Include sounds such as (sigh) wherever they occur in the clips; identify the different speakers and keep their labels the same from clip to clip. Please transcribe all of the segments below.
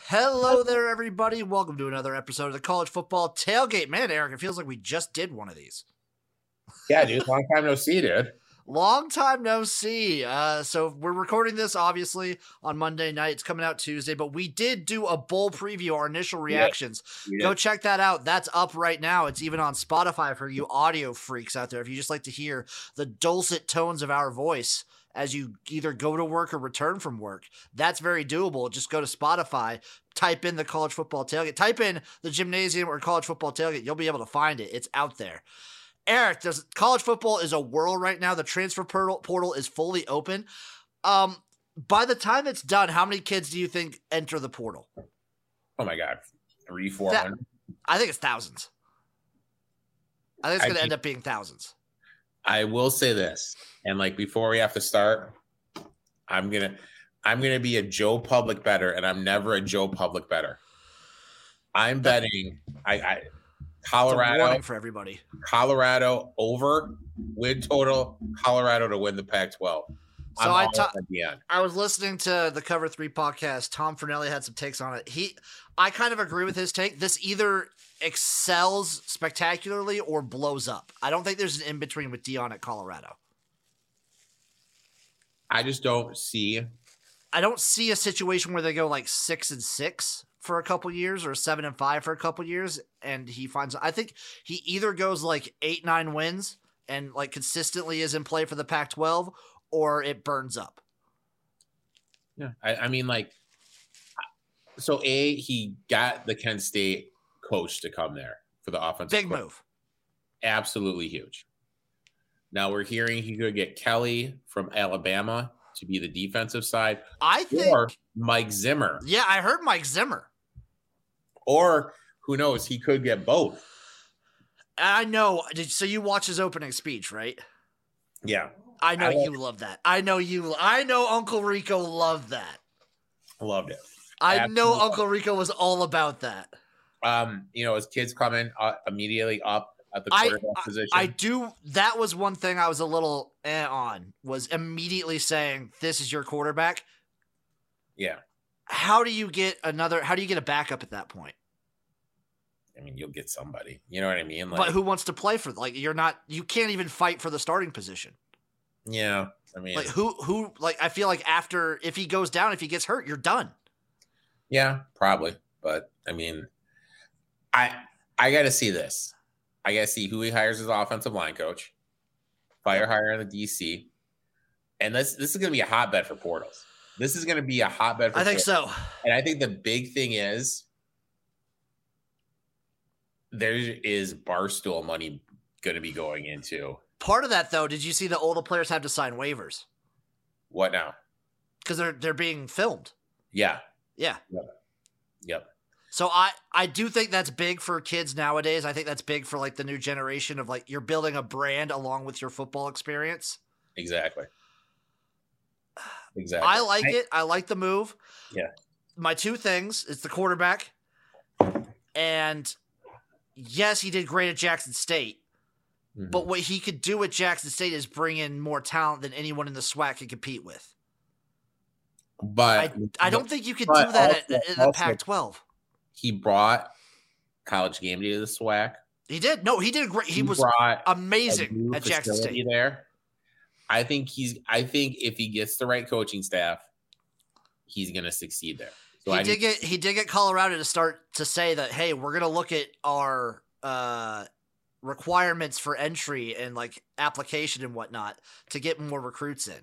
Speaker 1: Hello there, everybody. Welcome to another episode of the College Football Tailgate. Man, Eric, it feels like we just did one of these.
Speaker 2: Yeah, dude. Long time no see, dude.
Speaker 1: Long time no see. Uh, so we're recording this obviously on Monday night. It's coming out Tuesday, but we did do a bowl preview, our initial reactions.
Speaker 2: We
Speaker 1: Go
Speaker 2: did.
Speaker 1: check that out. That's up right now. It's even on Spotify for you audio freaks out there. If you just like to hear the dulcet tones of our voice as you either go to work or return from work, that's very doable. Just go to Spotify, type in the college football tailgate, type in the gymnasium or college football tailgate. You'll be able to find it. It's out there. Eric, there's, college football is a whirl right now. The transfer portal, portal is fully open. Um, by the time it's done, how many kids do you think enter the portal?
Speaker 2: Oh my god, three, four
Speaker 1: That-
Speaker 2: hundred.
Speaker 1: I think it's thousands. I think it's
Speaker 2: I
Speaker 1: going to
Speaker 2: think-
Speaker 1: end up being thousands.
Speaker 2: I will say this, and like before we have to start, I'm gonna, I'm gonna be a Joe Public better, and I'm never a Joe Public better. I'm betting I, I
Speaker 1: It's a
Speaker 2: Colorado,
Speaker 1: warning for everybody.
Speaker 2: Colorado over win total, Colorado to win the Pac-12.
Speaker 1: So
Speaker 2: I'm
Speaker 1: I
Speaker 2: all
Speaker 1: ta-
Speaker 2: in at the end.
Speaker 1: I was listening to the Cover Three podcast. Tom Fernelli had some takes on it. He, I kind of agree with his take. This either excels spectacularly or blows up. I don't think there's an in between with Dion at Colorado.
Speaker 2: I just don't see.
Speaker 1: I don't see a situation where they go like six and six for a couple years or seven and five for a couple years, and he finds. I think he either goes like eight nine wins and like consistently is in play for the Pac-12, or it burns up.
Speaker 2: Yeah. I, I mean, like, so a he got the Kent State coach to come there for the offensive.
Speaker 1: Big
Speaker 2: coach.
Speaker 1: move.
Speaker 2: absolutely huge. Now we're hearing he could get Kelly from Alabama to be the defensive side,
Speaker 1: I think.
Speaker 2: or Mike Zimmer,
Speaker 1: Yeah, I heard Mike Zimmer.
Speaker 2: or who knows, he could get both.
Speaker 1: I know. Did, so you watch his opening speech, right?
Speaker 2: Yeah,
Speaker 1: I know
Speaker 2: I love-
Speaker 1: you love that. I know you. I know Uncle Rico loved that.
Speaker 2: loved it.
Speaker 1: I know
Speaker 2: Absolutely.
Speaker 1: Uncle Rico was all about that.
Speaker 2: Um, you know, his kids coming uh, immediately up at the
Speaker 1: I-
Speaker 2: quarterback position.
Speaker 1: I do. That was one thing I was a little eh on was immediately saying, "This is your quarterback."
Speaker 2: yeah,
Speaker 1: How do you get another? How do you get a backup at that point?
Speaker 2: I mean, you'll get somebody. You know what I mean? Like,
Speaker 1: But who wants to play for? Like you're not. You can't even fight for the starting position.
Speaker 2: yeah, I mean,
Speaker 1: Like who? Who? Like I feel like after if he goes down, if he gets hurt, you're done.
Speaker 2: Yeah, probably. But I mean, I I gotta see this. I gotta see who he hires as offensive line coach. Fire hire the DC. And this this is gonna be a hotbed for portals. This is gonna be a hotbed for
Speaker 1: I think
Speaker 2: portals.
Speaker 1: so.
Speaker 2: And I think the big thing is there is barstool money gonna be going into
Speaker 1: Part of that though, did you see the older players have to sign waivers
Speaker 2: what now?
Speaker 1: because they're they're being filmed?
Speaker 2: Yeah.
Speaker 1: Yeah.
Speaker 2: Yep.
Speaker 1: So I I do think that's big for kids nowadays. I think that's big for like the new generation of like you're building a brand along with your football experience.
Speaker 2: Exactly. Exactly.
Speaker 1: I like it. I like the move.
Speaker 2: Yeah.
Speaker 1: My two things, it's the quarterback and yes, he did great at Jackson State,
Speaker 2: Mhm.
Speaker 1: but what he could do at Jackson State is bring in more talent than anyone in the SWAC can compete with.
Speaker 2: but
Speaker 1: I don't think you could
Speaker 2: but
Speaker 1: do that
Speaker 2: also-
Speaker 1: at, at the
Speaker 2: also-
Speaker 1: Pac-12.
Speaker 2: he brought college game day to the SWAC.
Speaker 1: He did. No, he did great. He was
Speaker 2: brought a
Speaker 1: amazing
Speaker 2: new
Speaker 1: at Jackson
Speaker 2: facility
Speaker 1: State.
Speaker 2: there. I think he's. I think if he gets the right coaching staff, he's going to succeed there. So
Speaker 1: he
Speaker 2: I
Speaker 1: did get he did get Colorado to start to say that hey, we're gonna look at our uh, requirements for entry and like application and whatnot to get more recruits in.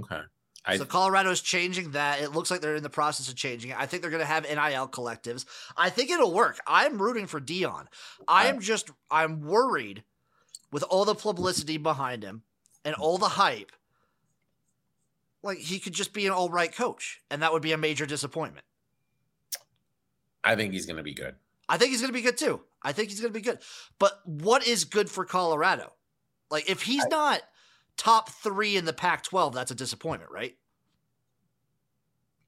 Speaker 2: okay. I-
Speaker 1: so Colorado's changing that. It looks like they're in the process of changing it. I think they're going to have NIL collectives. I think it'll work. I'm rooting for Dion. I am just I'm worried with all the publicity behind him and all the hype. Like he could just be an all right coach, and that would be a major disappointment.
Speaker 2: I think he's going to be good.
Speaker 1: I think he's going to be good too. I think he's going to be good. But what is good for Colorado? Like if he's not top three in the Pac-12, that's a disappointment, right?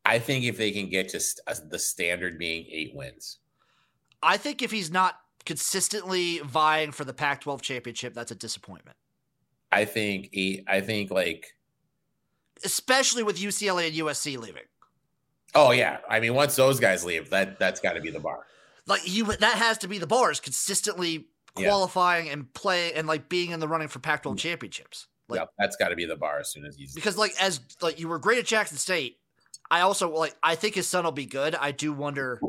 Speaker 2: I think if they can get to st- uh, the standard being eight wins,
Speaker 1: I think if he's not consistently vying for the Pac 12 championship, that's a disappointment,
Speaker 2: I think eight. I think like
Speaker 1: especially with UCLA and USC leaving.
Speaker 2: Oh yeah, I mean once those guys leave, that that's got to be the bar.
Speaker 1: Like you, that has to be the bar is consistently
Speaker 2: Yeah. Mm.
Speaker 1: qualifying and play and like being in the running for Pac-12 championships. Like
Speaker 2: yep, that's got to be the bar as soon as he's
Speaker 1: because like as like you were great at Jackson State, I also like I think his son will be good. I do wonder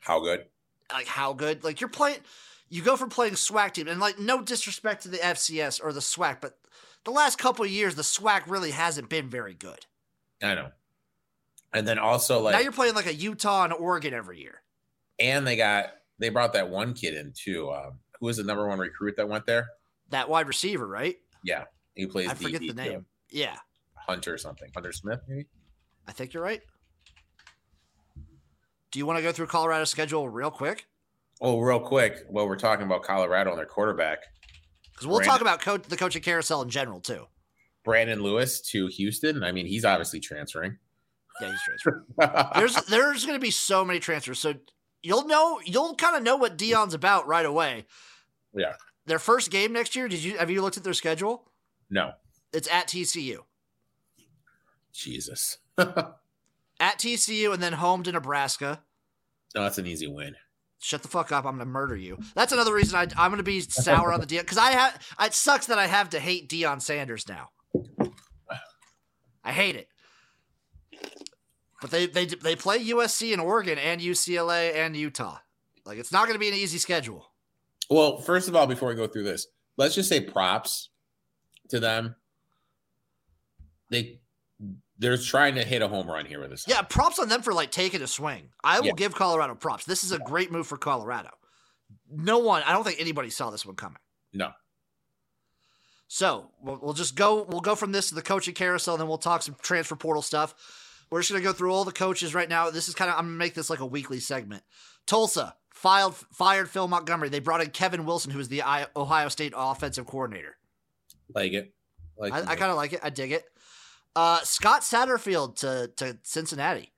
Speaker 2: how good.
Speaker 1: like how good like you're playing. You go from playing SWAC team and like no disrespect to the FCS or the SWAC, but the last couple of years the SWAC really hasn't been very good.
Speaker 2: I know. And then also like
Speaker 1: now you're playing like a Utah and Oregon every year.
Speaker 2: and they got they brought that one kid in too. Um, who was the number one recruit that went there?
Speaker 1: That wide receiver, right?
Speaker 2: Yeah, he plays.
Speaker 1: I forget
Speaker 2: DB,
Speaker 1: the
Speaker 2: too.
Speaker 1: name. Yeah,
Speaker 2: Hunter or something. Hunter Smith, maybe.
Speaker 1: I think you're right. Do you want to go through Colorado's schedule real quick?
Speaker 2: Oh, real quick, while we're talking about Colorado and their quarterback,
Speaker 1: Because we'll
Speaker 2: Brandon-
Speaker 1: talk about coach, the coaching carousel in general too.
Speaker 2: Brandon Lewis to Houston. I mean, he's obviously transferring.
Speaker 1: Yeah, he's transferring. there's there's going to be so many transfers, so you'll know you'll kind of know what Dion's about right away.
Speaker 2: Yeah.
Speaker 1: Their first game next year. Did you have you looked at their schedule?
Speaker 2: (laughs) no,
Speaker 1: It's at TCU,
Speaker 2: Jesus. no,
Speaker 1: at TCU, and then home to Nebraska.
Speaker 2: that's an easy win.
Speaker 1: shut the fuck up. I'm gonna murder you. That's another reason I, I'm gonna be sour on the Dion because I have. It sucks that I have to hate Dion Sanders now. I hate it. But they they they play USC and Oregon and UCLA and Utah. Like it's not gonna be an easy schedule.
Speaker 2: Well, first of all, before we go through this, let's just say props to them. They they're trying to hit a home run here with this.
Speaker 1: Yeah, props on them for like taking a swing. I will
Speaker 2: Yeah.
Speaker 1: give Colorado props. This is a great move for Colorado. No one, I don't think anybody saw this one coming.
Speaker 2: No.
Speaker 1: So we'll, we'll just go. We'll go from this to the coaching carousel, and then we'll talk some transfer portal stuff. We're just gonna go through all the coaches right now. This is kind of I'm gonna make this like a weekly segment. Tulsa filed fired Phil Montgomery. They brought in Kevin Wilson, who is the I- Ohio State offensive coordinator.
Speaker 2: like it. Like
Speaker 1: I, I kind of like it. I dig it. Uh, Scott Satterfield to to Cincinnati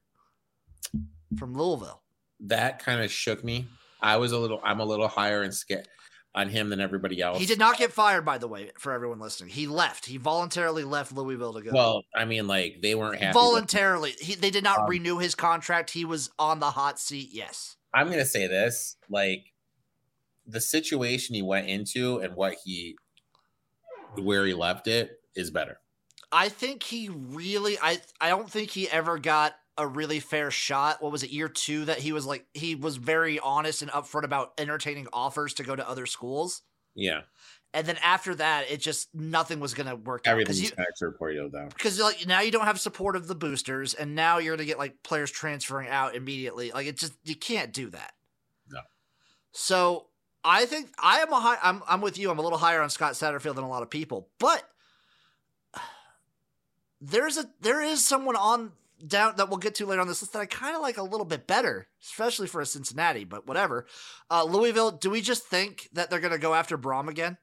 Speaker 1: from Louisville.
Speaker 2: that kind of shook me. I was a little. I'm a little higher and scared on him than everybody else.
Speaker 1: He did not get fired, by the way, for everyone listening. He left. He voluntarily left Louisville to go.
Speaker 2: Well, I mean, like they weren't happy. with-
Speaker 1: voluntarily, he, they did not
Speaker 2: Um,
Speaker 1: renew his contract. He was on the hot seat. Yes,
Speaker 2: I'm gonna say this, like the situation he went into and what he where he left it is better.
Speaker 1: I think he really. I I don't think he ever got a really fair shot. What was it year two that he was like? He was very honest and upfront about entertaining offers to go to other schools.
Speaker 2: Yeah,
Speaker 1: And then after that, it just nothing was going to work out. 'Cause
Speaker 2: everything's
Speaker 1: you-
Speaker 2: back to Portio down.
Speaker 1: because like now you don't have support of the boosters, and now you're gonna get like players transferring out immediately. Like it just you can't do that.
Speaker 2: No.
Speaker 1: So I think I am a high. I'm I'm with you. I'm a little higher on Scott Satterfield than a lot of people, but there's a there is someone on down that we'll get to later on this list that I kind of like a little bit better, especially for a Cincinnati. But whatever. Uh, Louisville. Do we just think that they're gonna go after Brom again?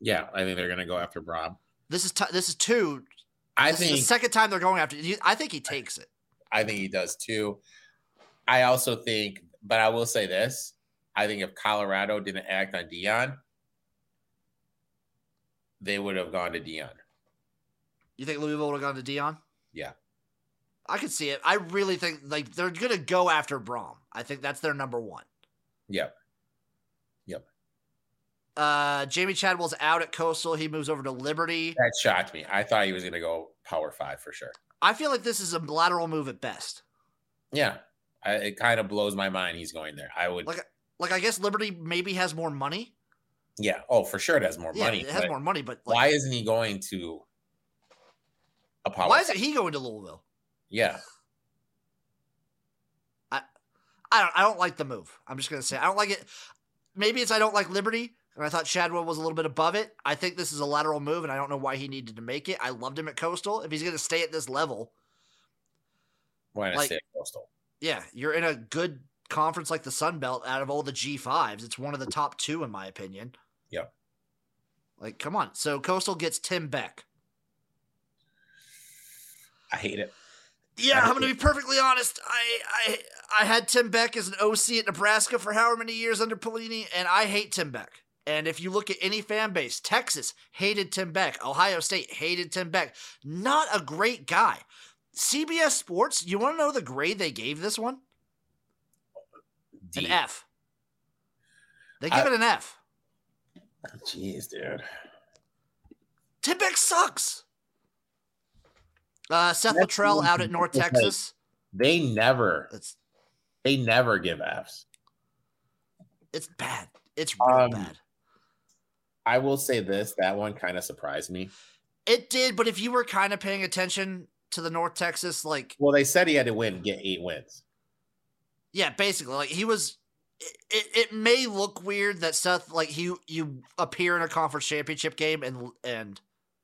Speaker 2: Yeah, I think they're gonna go after Rob.
Speaker 1: This is t- this is two.
Speaker 2: I
Speaker 1: This is
Speaker 2: think
Speaker 1: the second time they're going after. you- I think he takes it.
Speaker 2: I think he does too. I also think, but I will say this: I think if Colorado didn't act on Dion, they would have gone to Dion.
Speaker 1: You think Louisville would have gone to Dion?
Speaker 2: Yeah.
Speaker 1: I could see it. I really think like they're gonna go after Brom. I think that's their number one.
Speaker 2: Yep. Yep.
Speaker 1: Uh Jamie Chadwell's out at Coastal. He moves over to Liberty.
Speaker 2: That shocked me. I thought he was going to go Power Five for sure.
Speaker 1: I feel like this is a lateral move at best.
Speaker 2: Yeah, I, it kind of blows my mind he's going there. I would.
Speaker 1: Like- Like I guess Liberty maybe has more money.
Speaker 2: yeah. Oh, for sure, it has more
Speaker 1: yeah,
Speaker 2: money.
Speaker 1: it has
Speaker 2: but
Speaker 1: more money, but
Speaker 2: why
Speaker 1: like,
Speaker 2: isn't he going to a
Speaker 1: why,
Speaker 2: Power?
Speaker 1: isn't he going to Louisville?
Speaker 2: yeah.
Speaker 1: I don't I don't like the move. I'm just gonna say I don't like it. Maybe it's I don't like Liberty, and I thought Chadwell was a little bit above it. I think this is a lateral move, and I don't know why he needed to make it. I loved him at Coastal. If he's gonna stay at this level,
Speaker 2: Why not
Speaker 1: Like-
Speaker 2: stay at Coastal?
Speaker 1: yeah, you're in a good conference like the Sun Belt. Out of all the G fives, it's one of the top two in my opinion.
Speaker 2: Yep.
Speaker 1: Like, come on. So Coastal gets Tim Beck.
Speaker 2: I hate it.
Speaker 1: Yeah, I'm going to be perfectly honest. I, I I had Tim Beck as an OC at Nebraska for however many years under Pelini, and I hate Tim Beck. And if you look at any fan base, Texas hated Tim Beck, Ohio State hated Tim Beck. Not a great guy. CBS Sports, you want to know the grade they gave this one?
Speaker 2: D.
Speaker 1: An F. They give
Speaker 2: I-
Speaker 1: it an F.
Speaker 2: Jeez, dude.
Speaker 1: Tipex sucks. Uh, Seth
Speaker 2: That's
Speaker 1: Luttrell
Speaker 2: the
Speaker 1: out at North
Speaker 2: one thing.
Speaker 1: Texas.
Speaker 2: They never,
Speaker 1: It's
Speaker 2: they never give Fs.
Speaker 1: it's bad. It's real
Speaker 2: Um,
Speaker 1: bad.
Speaker 2: I will say this: that one kind of surprised me.
Speaker 1: It did, but if you were kind of paying attention to the North Texas, like
Speaker 2: Well, they said he had to win, get eight wins.
Speaker 1: yeah, basically, like he was. It, it, it may look weird that Seth like he you appear in a conference championship game and and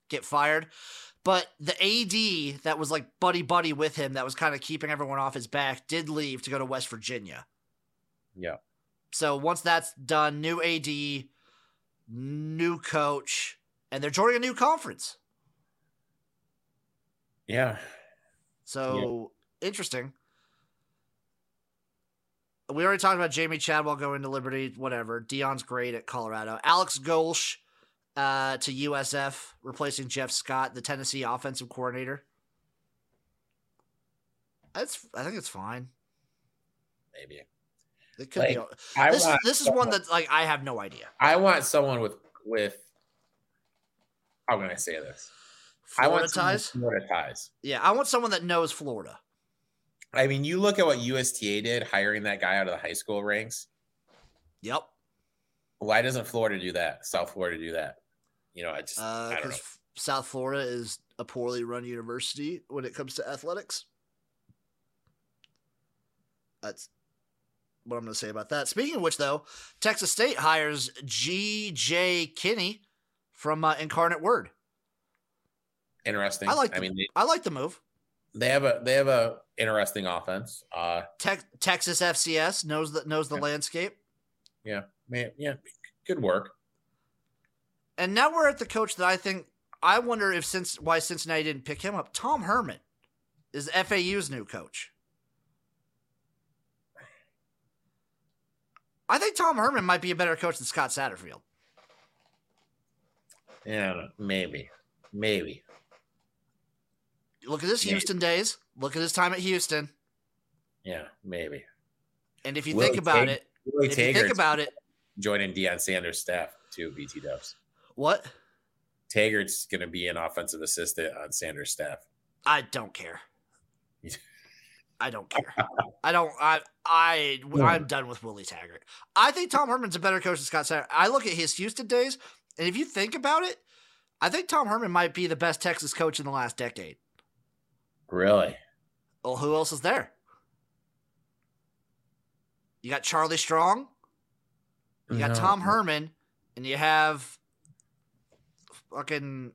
Speaker 1: get fired, but the AD that was like buddy buddy with him that was kind of keeping everyone off his back did leave to go to West Virginia.
Speaker 2: Yeah.
Speaker 1: So once that's done, new AD, new coach, and they're joining a new conference.
Speaker 2: Yeah.
Speaker 1: So interesting. We already talked about Jamie Chadwell going to Liberty, whatever. Dion's great at Colorado. Alex Golsh uh, to USF, replacing Jeff Scott, the Tennessee offensive coordinator. That's I think it's fine.
Speaker 2: Maybe.
Speaker 1: It could
Speaker 2: Like,
Speaker 1: be.
Speaker 2: I
Speaker 1: This,
Speaker 2: want
Speaker 1: this is one that like I have no idea.
Speaker 2: I want someone with with. How can I say this?
Speaker 1: Florida
Speaker 2: I want someone with
Speaker 1: ties.
Speaker 2: Florida ties.
Speaker 1: Yeah, I want someone that knows Florida.
Speaker 2: I mean, you look at what USTA did hiring that guy out of the high school ranks.
Speaker 1: Yep.
Speaker 2: Why doesn't Florida do that? South Florida do that? You know, I just I don't know.
Speaker 1: Because Uh, South Florida is a poorly run university when it comes to athletics. That's what I'm going to say about that. Speaking of which, though, Texas State hires G.J. Kinney from uh, Incarnate Word.
Speaker 2: Interesting.
Speaker 1: I like
Speaker 2: I mean, they,
Speaker 1: I like the move.
Speaker 2: they have a they have a interesting offense. Uh,
Speaker 1: Tex Texas FCS knows the knows the
Speaker 2: Yeah.
Speaker 1: landscape,
Speaker 2: man, yeah, good work.
Speaker 1: and now we're at the coach that I think I wonder if since why Cincinnati didn't pick him up. Tom Herman is FAU's new coach. I think Tom Herman might be a better coach than Scott Satterfield.
Speaker 2: Yeah, maybe, maybe.
Speaker 1: Look at his
Speaker 2: Yeah.
Speaker 1: Houston days. Look at his time at Houston.
Speaker 2: Yeah, maybe.
Speaker 1: And if you
Speaker 2: Will
Speaker 1: think
Speaker 2: he
Speaker 1: about
Speaker 2: take-
Speaker 1: it,
Speaker 2: Willie
Speaker 1: if you think
Speaker 2: Taggart
Speaker 1: about it,
Speaker 2: joining Deion Sanders' staff too. BT Dubs.
Speaker 1: what?
Speaker 2: Taggart's going to be an offensive assistant on Sanders' staff.
Speaker 1: I don't care. I don't
Speaker 2: (laughs)
Speaker 1: care. I don't. I. I. I'm done with Willie Taggart. I think Tom Herman's a better coach than Scott Satter. I look at his Houston days, and if you think about it, I think Tom Herman might be the best Texas coach in the last decade.
Speaker 2: Really?
Speaker 1: Well, who else is there? You got Charlie Strong. You got
Speaker 2: No.
Speaker 1: Tom Herman, and you have fucking.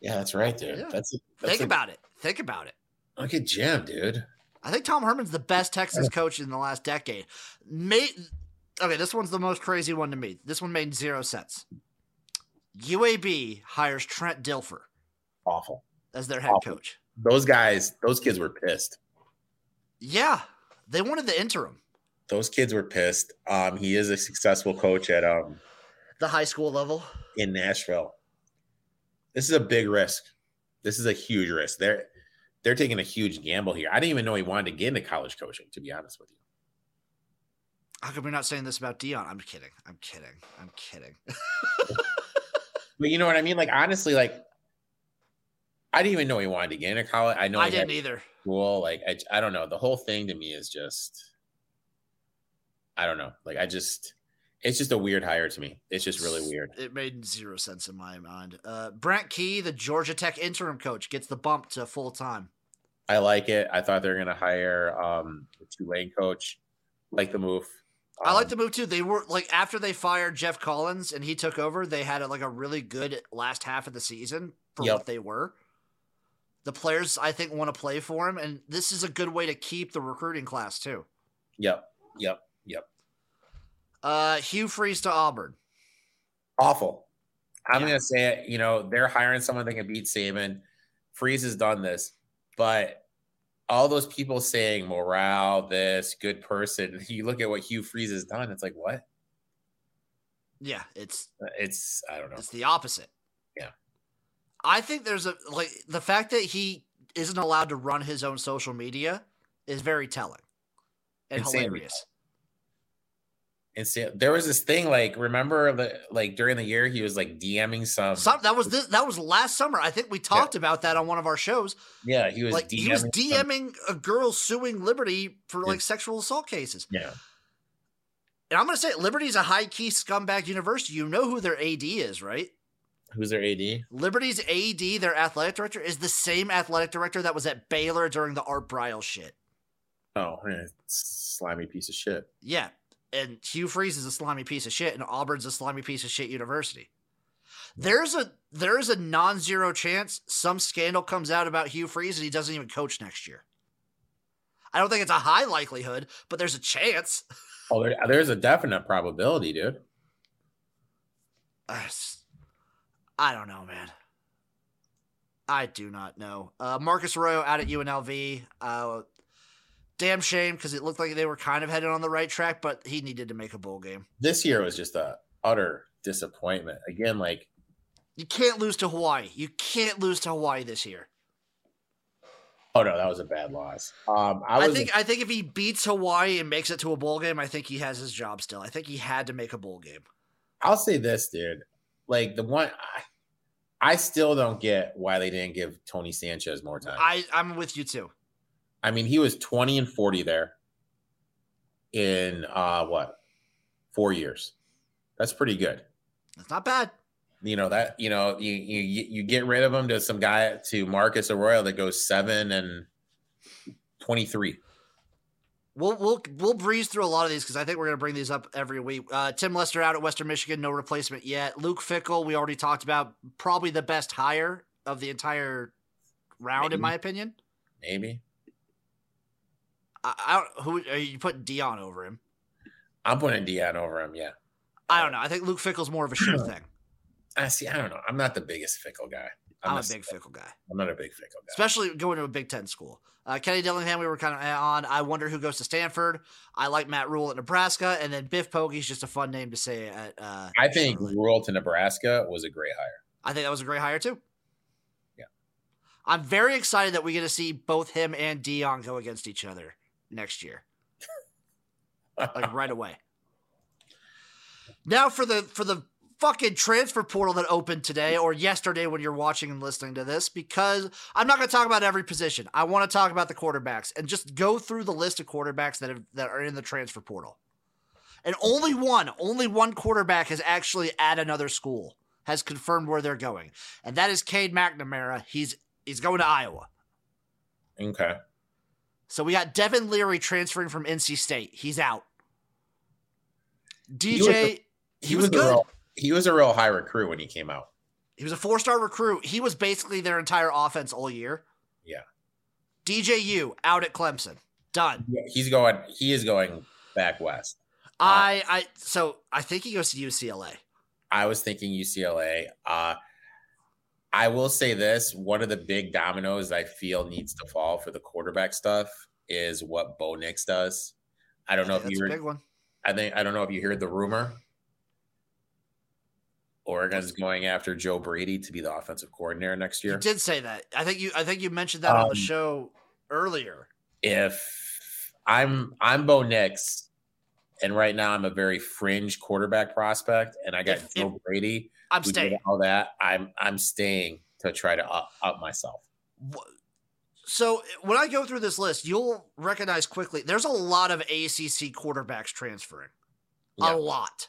Speaker 2: Yeah, that's right, dude.
Speaker 1: Yeah.
Speaker 2: That's, that's
Speaker 1: Think
Speaker 2: a-
Speaker 1: about it. Think about it.
Speaker 2: look at Jim, dude.
Speaker 1: I think Tom Herman's the best Texas coach in the last decade. Made okay, this one's the most crazy one to me. This one made zero sense. UAB hires Trent Dilfer
Speaker 2: Awful.
Speaker 1: as their head
Speaker 2: Awful.
Speaker 1: coach.
Speaker 2: Those guys, those kids were pissed.
Speaker 1: Yeah, they wanted the interim,
Speaker 2: Those kids were pissed. Um, he is a successful coach at um
Speaker 1: the high school level.
Speaker 2: in Nashville. This is a big risk. This is a huge risk. They're they're taking a huge gamble here. I didn't even know he wanted to get into college coaching, to be honest with you.
Speaker 1: How come you're not saying this about Dion? I'm kidding. I'm kidding. I'm kidding.
Speaker 2: But you know what I mean? Like honestly, like I didn't even know he wanted to get into college. I know
Speaker 1: I
Speaker 2: he had
Speaker 1: didn't either.
Speaker 2: school. Like I, I don't know. The whole thing to me is just, I don't know. Like I just, it's just a weird hire to me. It's just really weird.
Speaker 1: It made zero sense in my mind. Uh, Brent Key, the Georgia Tech interim coach, gets the bump to full time.
Speaker 2: I like it. I thought they were gonna hire um the Tulane coach. Like the move.
Speaker 1: I like the
Speaker 2: Um,
Speaker 1: move too. They were like after they fired Jeff Collins and he took over, they had like a really good last half of the season for
Speaker 2: Yep.
Speaker 1: what they were. The players I think want to play for him, and this is a good way to keep the recruiting class too.
Speaker 2: Yep. Yep. Yep.
Speaker 1: Uh, Hugh Freeze to Auburn.
Speaker 2: Awful. I'm
Speaker 1: Yeah.
Speaker 2: gonna say it. You know they're hiring someone that can beat Saban. Freeze has done this, but all those people saying morale, this good person. (laughs) You look at what Hugh Freeze has done. It's like what?
Speaker 1: Yeah, it's
Speaker 2: It's I don't know.
Speaker 1: it's the opposite.
Speaker 2: Yeah.
Speaker 1: I think there's a like the fact that he isn't allowed to run his own social media is very telling and
Speaker 2: Insanely
Speaker 1: hilarious.
Speaker 2: And so there was this thing like remember the, like during the year he was like DMing some,
Speaker 1: Some, that was this, that was last summer. I think we talked about that on one of our shows.
Speaker 2: yeah he was
Speaker 1: like
Speaker 2: DMing
Speaker 1: he was
Speaker 2: some-
Speaker 1: DMing a girl suing Liberty for
Speaker 2: Yeah.
Speaker 1: like sexual assault cases.
Speaker 2: yeah
Speaker 1: And I'm gonna say Liberty's a high key scumbag university. You know who their AD is, right?
Speaker 2: who's their AD
Speaker 1: Liberty's AD, their athletic director, is the same athletic director that was at Baylor during the Art Briles shit.
Speaker 2: oh yeah, slimy piece of shit
Speaker 1: Yeah. And Hugh Freeze is a slimy piece of shit, and Auburn's a slimy piece of shit university. There's a there is a non-zero chance some scandal comes out about Hugh Freeze and he doesn't even coach next year. I don't think it's a high likelihood, but there's a chance. (sighs)
Speaker 2: oh there, there's a definite probability dude
Speaker 1: Uh, s- I don't know, man. I do not know. Uh, Marcus Royo out at UNLV. Uh, damn shame because it looked like they were kind of headed on the right track, but he needed to make a bowl game.
Speaker 2: this year was just a utter disappointment again like
Speaker 1: You can't lose to Hawaii. You can't lose to Hawaii this year.
Speaker 2: oh no that was a bad loss um I
Speaker 1: I,
Speaker 2: was
Speaker 1: think I think if he beats Hawaii and makes it to a bowl game, I think he has his job still. I think he had to make a bowl game.
Speaker 2: I'll say this, dude. Like the one, I, I still don't get why they didn't give Tony Sanchez more time.
Speaker 1: I I'm with you too.
Speaker 2: I mean, he was twenty and forty there in uh what four years. That's pretty good.
Speaker 1: That's not bad.
Speaker 2: You know that you know you you you get rid of him to some guy to Marcus Arroyo that goes seven and twenty three.
Speaker 1: We'll we'll we'll breeze through a lot of these because I think we're gonna bring these up every week. Uh, Tim Lester out at Western Michigan, no replacement yet. Luke Fickle, we already talked about, probably the best hire of the entire round, in
Speaker 2: Maybe.
Speaker 1: my opinion.
Speaker 2: Maybe
Speaker 1: I, I don't who are you putting Dion over him.
Speaker 2: I'm putting Dion over him. Yeah,
Speaker 1: I don't know. I think Luke Fickle's more of a sure thing.
Speaker 2: I see. I don't know. I'm not the biggest fickle guy.
Speaker 1: I'm a
Speaker 2: not-
Speaker 1: big Fickle guy.
Speaker 2: I'm not a big fickle guy.
Speaker 1: especially going to a Big Ten school. Uh, Kenny Dillingham, we were kind of on. I wonder who goes to Stanford. I like Matt Rule at Nebraska, and then Biff Pokey's just a fun name to say. At uh,
Speaker 2: I think
Speaker 1: Charlotte.
Speaker 2: Rural to Nebraska was a great hire.
Speaker 1: I think that was a great hire too.
Speaker 2: Yeah.
Speaker 1: I'm very excited that we get to see both him and Dion go against each other next year, like right away. Now for the for the fucking transfer portal that opened today or yesterday when you're watching and listening to this because I'm not going to talk about every position. I want to talk about the quarterbacks and just go through the list of quarterbacks that have, that are in the transfer portal. And only one, only one quarterback is actually at another school has confirmed where they're going, and that is Cade McNamara. He's he's going to Iowa.
Speaker 2: Okay.
Speaker 1: So we got Devin Leary transferring from NC State. He's out. DJ,
Speaker 2: was a-
Speaker 1: he, was, good.
Speaker 2: A real, he was a real high recruit when he came out.
Speaker 1: He was a four star recruit. He was basically their entire offense all year.
Speaker 2: Yeah.
Speaker 1: DJU out at Clemson. Done.
Speaker 2: He's going. He is going back west.
Speaker 1: I I so I think he goes to UCLA.
Speaker 2: Uh, I was thinking UCLA. Uh, I will say this: one of the big dominoes I feel needs to fall for the quarterback stuff is what Bo Nix does. I don't know if
Speaker 1: that's
Speaker 2: you.
Speaker 1: a
Speaker 2: Heard,
Speaker 1: big one.
Speaker 2: I think I don't know if you heard the rumor. Oregon's going after Joe Brady to be the offensive coordinator next year.
Speaker 1: You did say that. I think you I think you mentioned that on the
Speaker 2: Um,
Speaker 1: show earlier.
Speaker 2: if I'm I'm Bo Nix, and right now I'm a very fringe quarterback prospect, and I got
Speaker 1: If-
Speaker 2: Joe Brady,
Speaker 1: I'm
Speaker 2: who did
Speaker 1: staying.
Speaker 2: all that. I'm I'm staying to try to up, up myself.
Speaker 1: Wh- So when I go through this list, you'll recognize quickly there's a lot of ACC quarterbacks transferring. A
Speaker 2: Yeah.
Speaker 1: lot.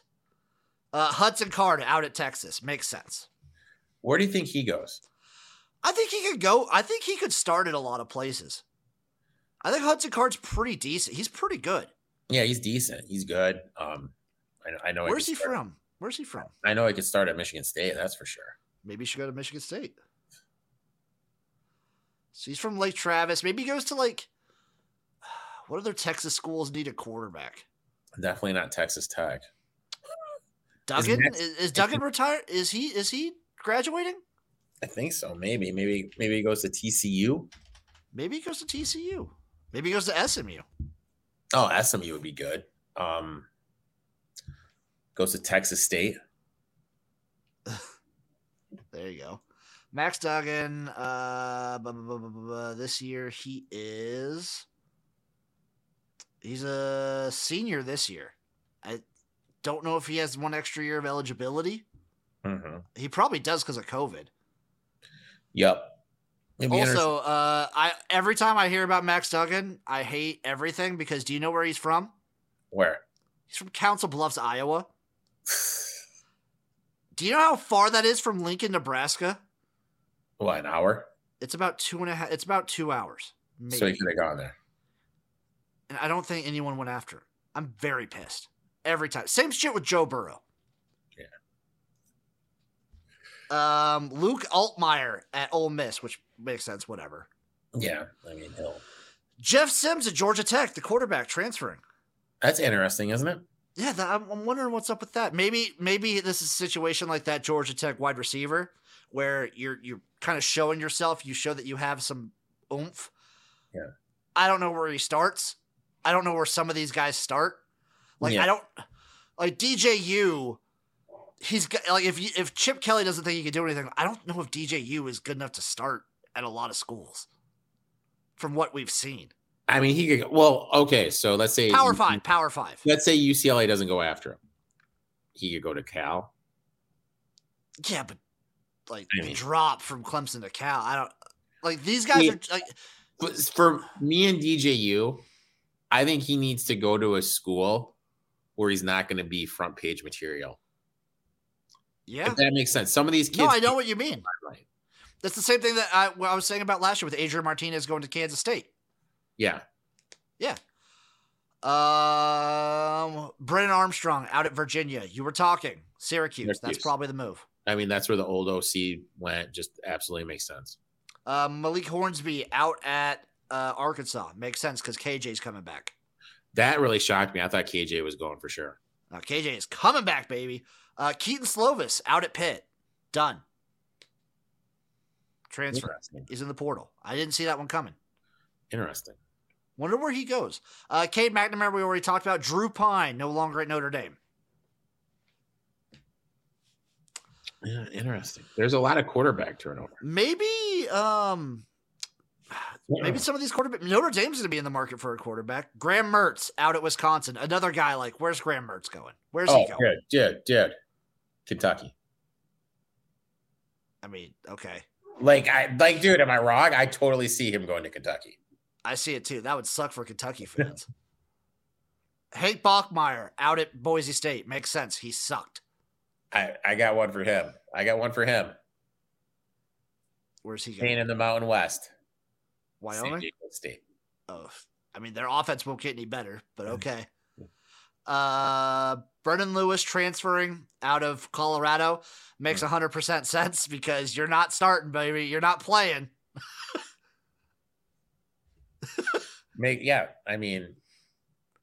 Speaker 1: Uh, Hudson Card out at Texas makes sense.
Speaker 2: Where do you think he goes?
Speaker 1: I think he could go. I think he could start at a lot of places. I think Hudson Card's pretty decent. He's pretty good.
Speaker 2: Yeah, he's decent. He's good. Um, I, I know.
Speaker 1: Where's he
Speaker 2: could start-
Speaker 1: from? Where's he from?
Speaker 2: I know he could start at Michigan State. That's for sure.
Speaker 1: Maybe he should go to Michigan State. So he's from Lake Travis. Maybe he goes to like (sighs) what other Texas schools need a quarterback?
Speaker 2: Definitely not Texas Tech.
Speaker 1: Duggan
Speaker 2: next-
Speaker 1: is, is Duggan retired? Is he is he graduating?
Speaker 2: I think so. Maybe, maybe, maybe he goes to TCU.
Speaker 1: Maybe he goes to TCU. Maybe he goes to SMU.
Speaker 2: Oh, SMU would be good. Um, goes to Texas State.
Speaker 1: There you go. Max Duggan, uh, bu- bu- bu- bu- bu- bu- this year he is. He's a senior this year. I don't know if he has one extra year of eligibility.
Speaker 2: Mm-hmm.
Speaker 1: He probably does because of COVID.
Speaker 2: Yep.
Speaker 1: Also, uh, I every time I hear about Max Duggan, I hate everything because do you know where he's from?
Speaker 2: where?
Speaker 1: He's from Council Bluffs, Iowa. Do you know how far that is from Lincoln, Nebraska?
Speaker 2: What an hour?
Speaker 1: It's about two and a half. It's about two hours. Maybe.
Speaker 2: So he could have gone there.
Speaker 1: and I don't think anyone went after him. I'm very pissed every time. Same shit with Joe Burrow. Yeah. Um, Luke Altmaier at Ole Miss, which makes sense. Whatever.
Speaker 2: Yeah, I mean, he'll.
Speaker 1: Jeff Sims at Georgia Tech, the quarterback transferring.
Speaker 2: That's interesting, isn't it?
Speaker 1: Yeah, that, I'm, I'm wondering what's up with that. Maybe maybe this is a situation like that Georgia Tech wide receiver where you're you're kind of showing yourself. You show that you have some oomph.
Speaker 2: Yeah.
Speaker 1: I don't know where he starts. I don't know where some of these guys start. Like
Speaker 2: Yeah.
Speaker 1: I don't like DJU. He's got, like if you, if Chip Kelly doesn't think he can do anything, I don't know if DJU is good enough to start at a lot of schools. From what we've seen,
Speaker 2: I mean, he could. Well, okay. So let's say
Speaker 1: Power Five, Power Five.
Speaker 2: Let's say UCLA doesn't go after him. He could go to Cal.
Speaker 1: Yeah, but like
Speaker 2: I
Speaker 1: the
Speaker 2: mean-
Speaker 1: drop from Clemson to Cal, I don't like these guys
Speaker 2: Yeah.
Speaker 1: are like
Speaker 2: But for me and DJU, I think he needs to go to a school where he's not going to be front page material.
Speaker 1: yeah.
Speaker 2: If that makes sense. Some of these kids.
Speaker 1: No, I know what you mean.
Speaker 2: Right.
Speaker 1: That's the same thing that I, what I was saying about last year with Adrian Martinez going to Kansas State.
Speaker 2: Yeah.
Speaker 1: Um, Brennan Armstrong out at Virginia. You were talking Syracuse. That's
Speaker 2: Syracuse.
Speaker 1: probably the move.
Speaker 2: I mean, that's where the old OC went. Just absolutely makes sense.
Speaker 1: Uh, Malik Hornsby out at uh, Arkansas makes sense because KJ's coming back.
Speaker 2: That really shocked me. I thought KJ was going for sure.
Speaker 1: Uh, KJ is coming back, baby. Uh, Keaton Slovis out at Pitt. Done. Transfer.
Speaker 2: Interesting.
Speaker 1: is in the portal. I didn't see that one coming.
Speaker 2: Interesting.
Speaker 1: Wonder where he goes. Uh, Cade McNamara, we already talked about. Drew Pine, no longer at Notre Dame.
Speaker 2: Yeah, interesting. There's a lot of quarterback turnover.
Speaker 1: Maybe, um, maybe some of these quarterback Notre Dame's going to be in the market for a quarterback. Graham Mertz out at Wisconsin. Another guy like, where's Graham Mertz going? Where's
Speaker 2: oh,
Speaker 1: he going?
Speaker 2: good, good, good. Kentucky.
Speaker 1: I mean, okay,
Speaker 2: Like I like, dude. Am I wrong? I totally see him going to Kentucky.
Speaker 1: I see it too. That would suck for Kentucky fans. Hank Bachmeyer out at Boise State makes sense. He sucked.
Speaker 2: I I got one for him. I got one for him.
Speaker 1: Where's he going?
Speaker 2: Staying in the Mountain West, San
Speaker 1: Wyoming.
Speaker 2: Diego State.
Speaker 1: Oh, I mean, their offense won't get any better, but okay. Uh, Brennan Lewis transferring out of Colorado makes 100% sense because you're not starting, baby. You're not playing.
Speaker 2: Make yeah. I mean,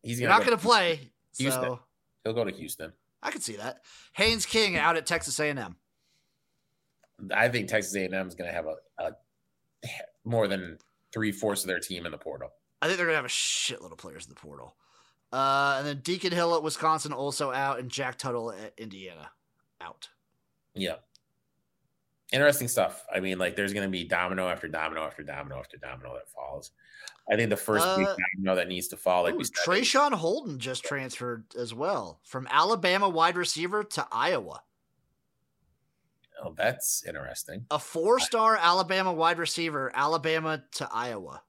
Speaker 2: he's
Speaker 1: You're
Speaker 2: gonna
Speaker 1: not
Speaker 2: go-
Speaker 1: going to play.
Speaker 2: Houston.
Speaker 1: So
Speaker 2: He'll go to Houston.
Speaker 1: I can see that. Haynes King out at Texas A&M.
Speaker 2: I think Texas A&M is gonna have a, a more than three fourths of their team in the portal.
Speaker 1: I think they're going to have a shitload of players in the portal. Uh, and then Deacon Hill at Wisconsin also out, and Jack Tuttle at Indiana out.
Speaker 2: Yeah. Interesting stuff. I mean, like there's gonna be domino after domino after domino after domino that falls. I think the first big
Speaker 1: Uh,
Speaker 2: domino that needs to fall, like
Speaker 1: Ooh,
Speaker 2: we said, is-
Speaker 1: Trayshawn Holden just transferred as well from Alabama wide receiver to Iowa.
Speaker 2: oh, that's interesting.
Speaker 1: A four star Alabama wide receiver, Alabama to Iowa.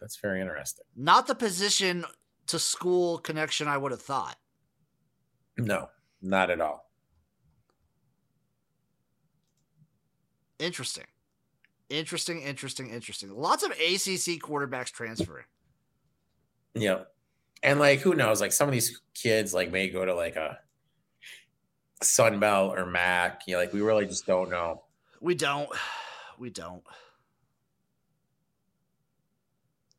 Speaker 2: That's very interesting.
Speaker 1: Not the position to school connection I would have thought.
Speaker 2: No, not at all.
Speaker 1: Interesting. Interesting, interesting, interesting. Lots of ACC quarterbacks transferring.
Speaker 2: Yeah. And like, who knows? Like, some of these kids like may go to like a Sunbelt or Mac. You know, like we really just don't know.
Speaker 1: We don't. (sighs) We don't.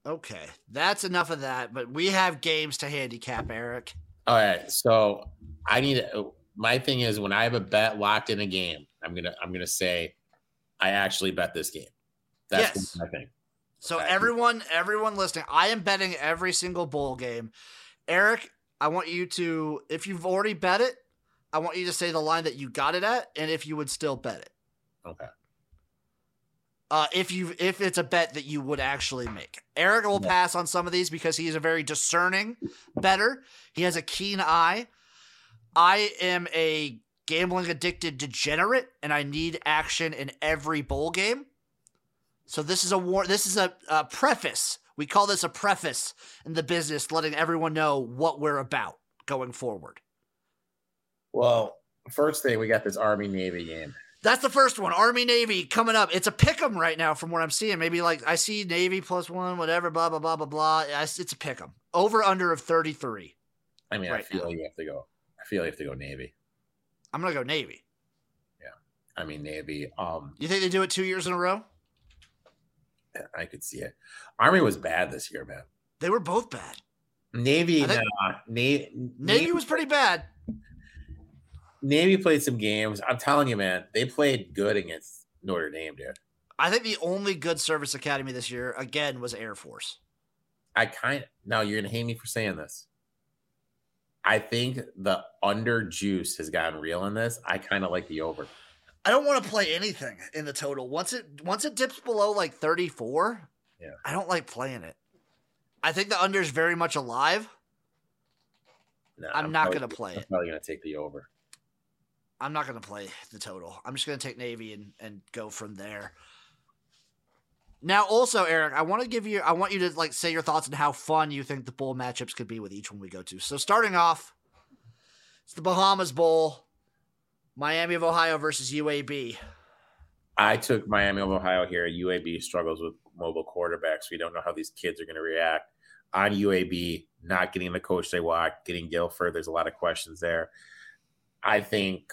Speaker 1: Okay. That's enough of that, but we have games to handicap, Eric.
Speaker 2: All right, so I need my thing is when I have a bet locked in a game, I'm gonna I'm gonna say I actually bet this game. That's
Speaker 1: Yes.
Speaker 2: my thing.
Speaker 1: So
Speaker 2: Okay.
Speaker 1: everyone, everyone listening, I am betting every single bowl game. Eric, I want you to, if you've already bet it, I want you to say the line that you got it at, and if you would still bet it.
Speaker 2: Okay.
Speaker 1: uh, if you if it's a bet that you would actually make. Eric will
Speaker 2: Yeah.
Speaker 1: pass on some of these because he is a very discerning better. He has a keen eye. I am a gambling addicted degenerate, and I need action in every bowl game. So this is a war. This is a, a preface. We call this a preface in the business, letting everyone know what we're about going forward.
Speaker 2: Well, first thing we got this Army Navy game.
Speaker 1: That's the first one. Army Navy coming up. It's a pick 'em right now from what I'm seeing. Maybe like I see Navy plus one, whatever, blah blah blah blah blah. Yeah, It's, it's a pick 'em. Over under of 33.
Speaker 2: I mean, I
Speaker 1: Right
Speaker 2: feel
Speaker 1: now.
Speaker 2: you have to go. I feel you have to go Navy.
Speaker 1: I'm gonna go Navy.
Speaker 2: I mean Navy. Um,
Speaker 1: You think they do it two years in a row?
Speaker 2: I could see it. Army was bad this year, man.
Speaker 1: They were both bad.
Speaker 2: Navy,
Speaker 1: I think-
Speaker 2: nah, Navy,
Speaker 1: Navy
Speaker 2: Navy,
Speaker 1: was pretty bad.
Speaker 2: Navy played some games. I'm telling you, man, they played good against Notre Dame, dude.
Speaker 1: I think the only good service academy this year again was Air Force.
Speaker 2: I kind of now you're gonna hate me for saying this. I think the under juice has gotten real in this. I kind of like the over.
Speaker 1: I don't want to play anything in the total. Once it once it dips below like 34,
Speaker 2: Yeah.
Speaker 1: I don't like playing it. I think the under is very much alive.
Speaker 2: No,
Speaker 1: I'm not
Speaker 2: probably-
Speaker 1: gonna play
Speaker 2: I'm
Speaker 1: it.
Speaker 2: probably gonna take the over.
Speaker 1: I'm not going to play the total. I'm just going to take Navy and, and go from there. Now, also, Eric, I want to give you, I want you to like say your thoughts on how fun you think the bowl matchups could be with each one we go to. So, starting off, it's the Bahamas Bowl, Miami of Ohio versus UAB.
Speaker 2: I took Miami of Ohio here. UAB struggles with mobile quarterbacks. We don't know how these kids are going to react on UAB, not getting the coach they want, getting Guilford. There's a lot of questions there. I think,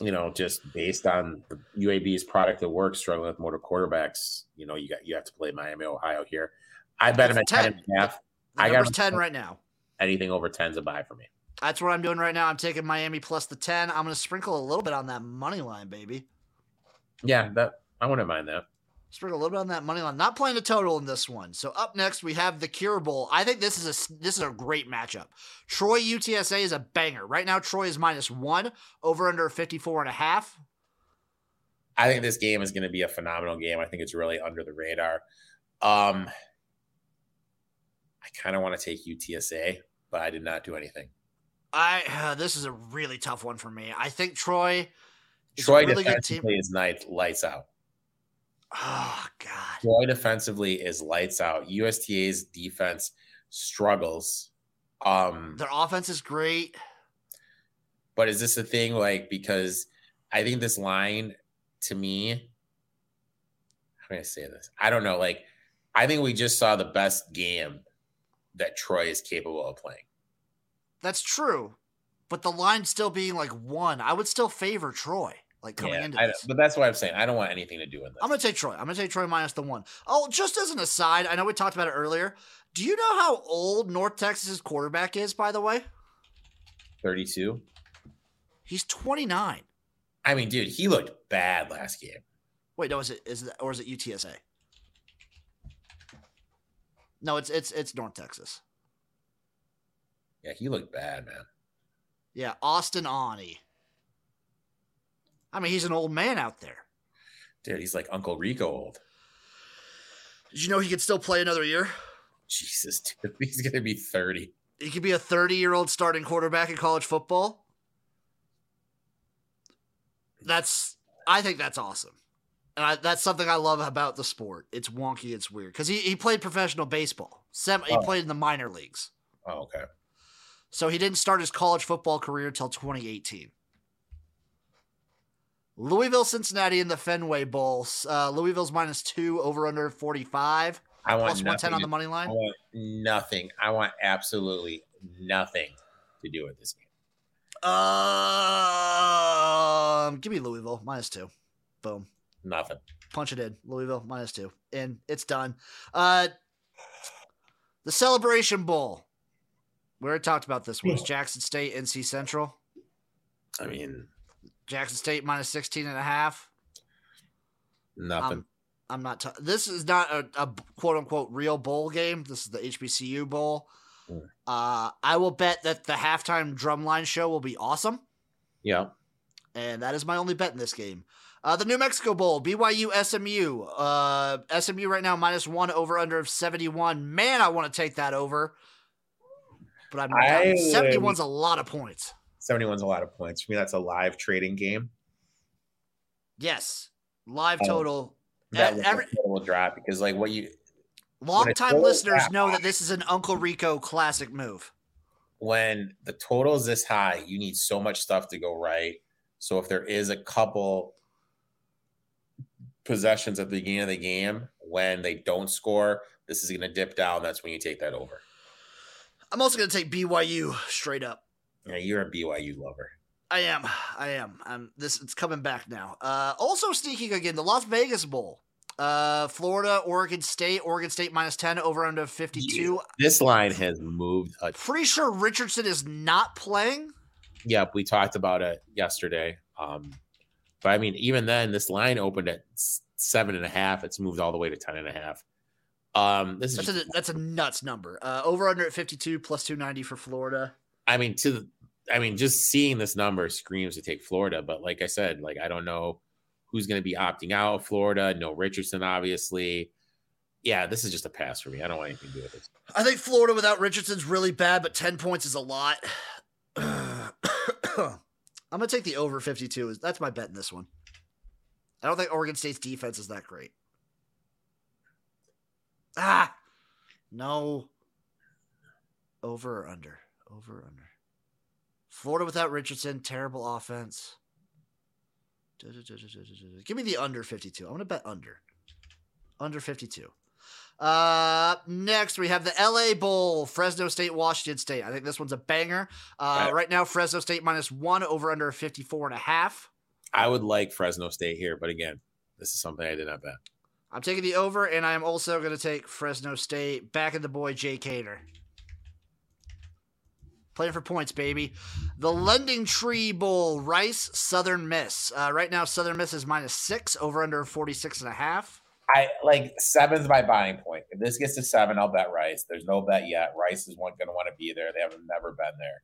Speaker 2: you know, just based on the UAB's product of work, struggling with motor quarterbacks, you know, you got you have to play Miami, Ohio here. I bet him at 10 and a half.
Speaker 1: The
Speaker 2: I got
Speaker 1: number's
Speaker 2: him.
Speaker 1: 10 right now.
Speaker 2: Anything over 10 is a buy for me.
Speaker 1: That's what I'm doing right now. I'm taking Miami plus the 10. I'm going to sprinkle a little bit on that money line, baby.
Speaker 2: Yeah, that I wouldn't mind that.
Speaker 1: Sprinkle a little bit on that money line. Not playing a total in this one. So up next we have the Cure Bowl. I think this is a s- this is a great matchup. Troy UTSA is a banger. Right now Troy is minus 1 over under 54 and a half.
Speaker 2: I think this game is going to be a phenomenal game. I think it's really under the radar. Um, I kind of want to take UTSA, but I did not do anything.
Speaker 1: I (sighs) uh, this is a really tough one for me. I think Troy is
Speaker 2: Troy
Speaker 1: a really good team.
Speaker 2: defensively is night, lights out.
Speaker 1: (sighs) Oh god.
Speaker 2: Troy defensively is lights out. USTA's defense struggles. Um,
Speaker 1: Their offense is great.
Speaker 2: but is this a thing like because I think this line to me, how can I say this? I don't know. Like, I think we just saw the best game that Troy is capable of playing.
Speaker 1: That's true. But the line still being like 1, I would still favor Troy like coming
Speaker 2: Yeah,
Speaker 1: into
Speaker 2: I
Speaker 1: this.
Speaker 2: don't- but that's why I'm saying I don't want anything to do with this.
Speaker 1: I'm gonna take Troy. I'm gonna take Troy minus the one. Oh, just as an aside, I know we talked about it earlier. Do you know how old North Texas's quarterback is? By the way,
Speaker 2: 32.
Speaker 1: he's 29.
Speaker 2: I mean, dude, he looked bad last game.
Speaker 1: Wait, no, is it is it or is it UTSA? No, it's it's it's North Texas.
Speaker 2: Yeah, he looked bad, man.
Speaker 1: Yeah, Austin Ani. I mean, he's an old man out there.
Speaker 2: Dude, he's like Uncle Rico old. (laughs)
Speaker 1: Did you know he could still play another year?
Speaker 2: Jesus, dude, he's gonna be 30.
Speaker 1: He could be a 30 year old starting quarterback in college football. That's, I think that's awesome. And I, that's something I love about the sport. It's wonky, it's weird. Because he, he played professional baseball, Sem- he
Speaker 2: Oh.
Speaker 1: played in the minor leagues.
Speaker 2: Oh, okay.
Speaker 1: So he didn't start his college football career till 2018. Louisville, Cincinnati in the Fenway Bowl. Uh, Louisville's minus two, over under 45,
Speaker 2: I want
Speaker 1: plus
Speaker 2: nothing.
Speaker 1: 110 on the
Speaker 2: to-
Speaker 1: money
Speaker 2: I
Speaker 1: line.
Speaker 2: want nothing. I want absolutely nothing to do with this game.
Speaker 1: Um, give me Louisville, minus two. Boom.
Speaker 2: Nothing.
Speaker 1: punch it in. Louisville minus two, and it's done. Uh, the Celebration Bowl. We already talked about this one. It's Jackson State, NC Central.
Speaker 2: I mean,
Speaker 1: Jackson State minus 16 and a half.
Speaker 2: nothing.
Speaker 1: Um, I'm not. T- this is not a, a quote unquote real bowl game. This is the HBCU Bowl.
Speaker 2: Mm.
Speaker 1: Uh, I will bet that the halftime drumline show will be awesome.
Speaker 2: yeah.
Speaker 1: and that is my only bet in this game. Uh, the New Mexico Bowl, BYU SMU. Uh, SMU right now minus one over under of 71. Man, I want to take that over. But I'm not.
Speaker 2: I would-
Speaker 1: 71's a lot of points.
Speaker 2: 71's a lot of points. For me, that's a live trading game.
Speaker 1: Yes. Live
Speaker 2: Oh,
Speaker 1: total.
Speaker 2: That
Speaker 1: Uh,
Speaker 2: will-
Speaker 1: every-
Speaker 2: that will drop because like what you
Speaker 1: Longtime
Speaker 2: total
Speaker 1: listeners
Speaker 2: that
Speaker 1: know that this is an Uncle Rico classic move.
Speaker 2: when the total is this high, you need so much stuff to go right. So if there is a couple possessions at the beginning of the game when they don't score, this is going to dip down. That's when you take that over.
Speaker 1: I'm also going to take BYU straight up.
Speaker 2: Yeah, you're a BYU lover.
Speaker 1: I am. (sighs) I am. I'm this it's coming back now. Uh also sneaking again, the Las Vegas Bowl. Uh Florida, Oregon State, Oregon State minus 10 over under 52.
Speaker 2: This line has moved. A,
Speaker 1: Pretty sure Richardson is not playing.
Speaker 2: yep, we talked about it yesterday. Um, but I mean, even then, this line opened at s- seven and a half. It's moved all the way to ten and a half. Um, this is
Speaker 1: That's
Speaker 2: just-
Speaker 1: a that's a nuts number. Uh over under at 52 plus 290 for Florida.
Speaker 2: I mean, to the, I mean, just seeing this number screams to take Florida. But like I said, like I don't know who's going to be opting out of Florida. No Richardson, obviously. Yeah, this is just a pass for me. I don't want anything to do with this.
Speaker 1: I think Florida without Richardson's really bad, but 10 points is a lot. (clears throat) I'm going to take the over 52. That's my bet in this one. I don't think Oregon State's defense is that great. Ah, no. Over or under? Over or under? Florida without Richardson, terrible offense. Give me the under 52. I'm going to bet under. Under 52. Uh, next we have the LA Bowl, Fresno State, Washington State. I think this one's a banger. Uh,
Speaker 2: Got it.
Speaker 1: right now, Fresno State minus one over under 54 and a half.
Speaker 2: I would like Fresno State here, but again, this is something I did not bet.
Speaker 1: I'm taking the over, and I'm also going to take Fresno State back in the boy Jay Cater. Playing for points, baby. The Lending Tree Bowl, Rice, Southern Miss. Uh, right now, Southern Miss is minus six over under 46 and a half.
Speaker 2: I like seven's my buying point. If this gets to seven, I'll bet Rice. There's no bet yet. Rice is one going to want to be there. They have never been there.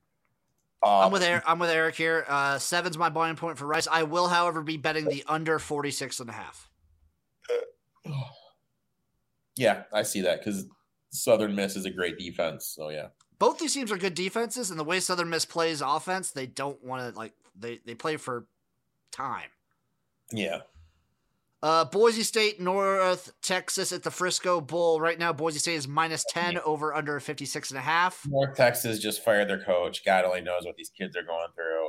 Speaker 2: Um,
Speaker 1: I'm with Eric. I'm with Eric here. Uh, seven's my buying point for Rice. I will, however, be betting the under 46 and a half.
Speaker 2: Yeah, I see that because Southern Miss is a great defense. So yeah.
Speaker 1: Both these teams are good defenses, and the way Southern Miss plays offense, they don't want to like they they play for time.
Speaker 2: Yeah.
Speaker 1: Uh, Boise State, North Texas at the Frisco Bowl. Right now, Boise State is minus 10 over under 56 and a half.
Speaker 2: North Texas just fired their coach. God only knows what these kids are going through.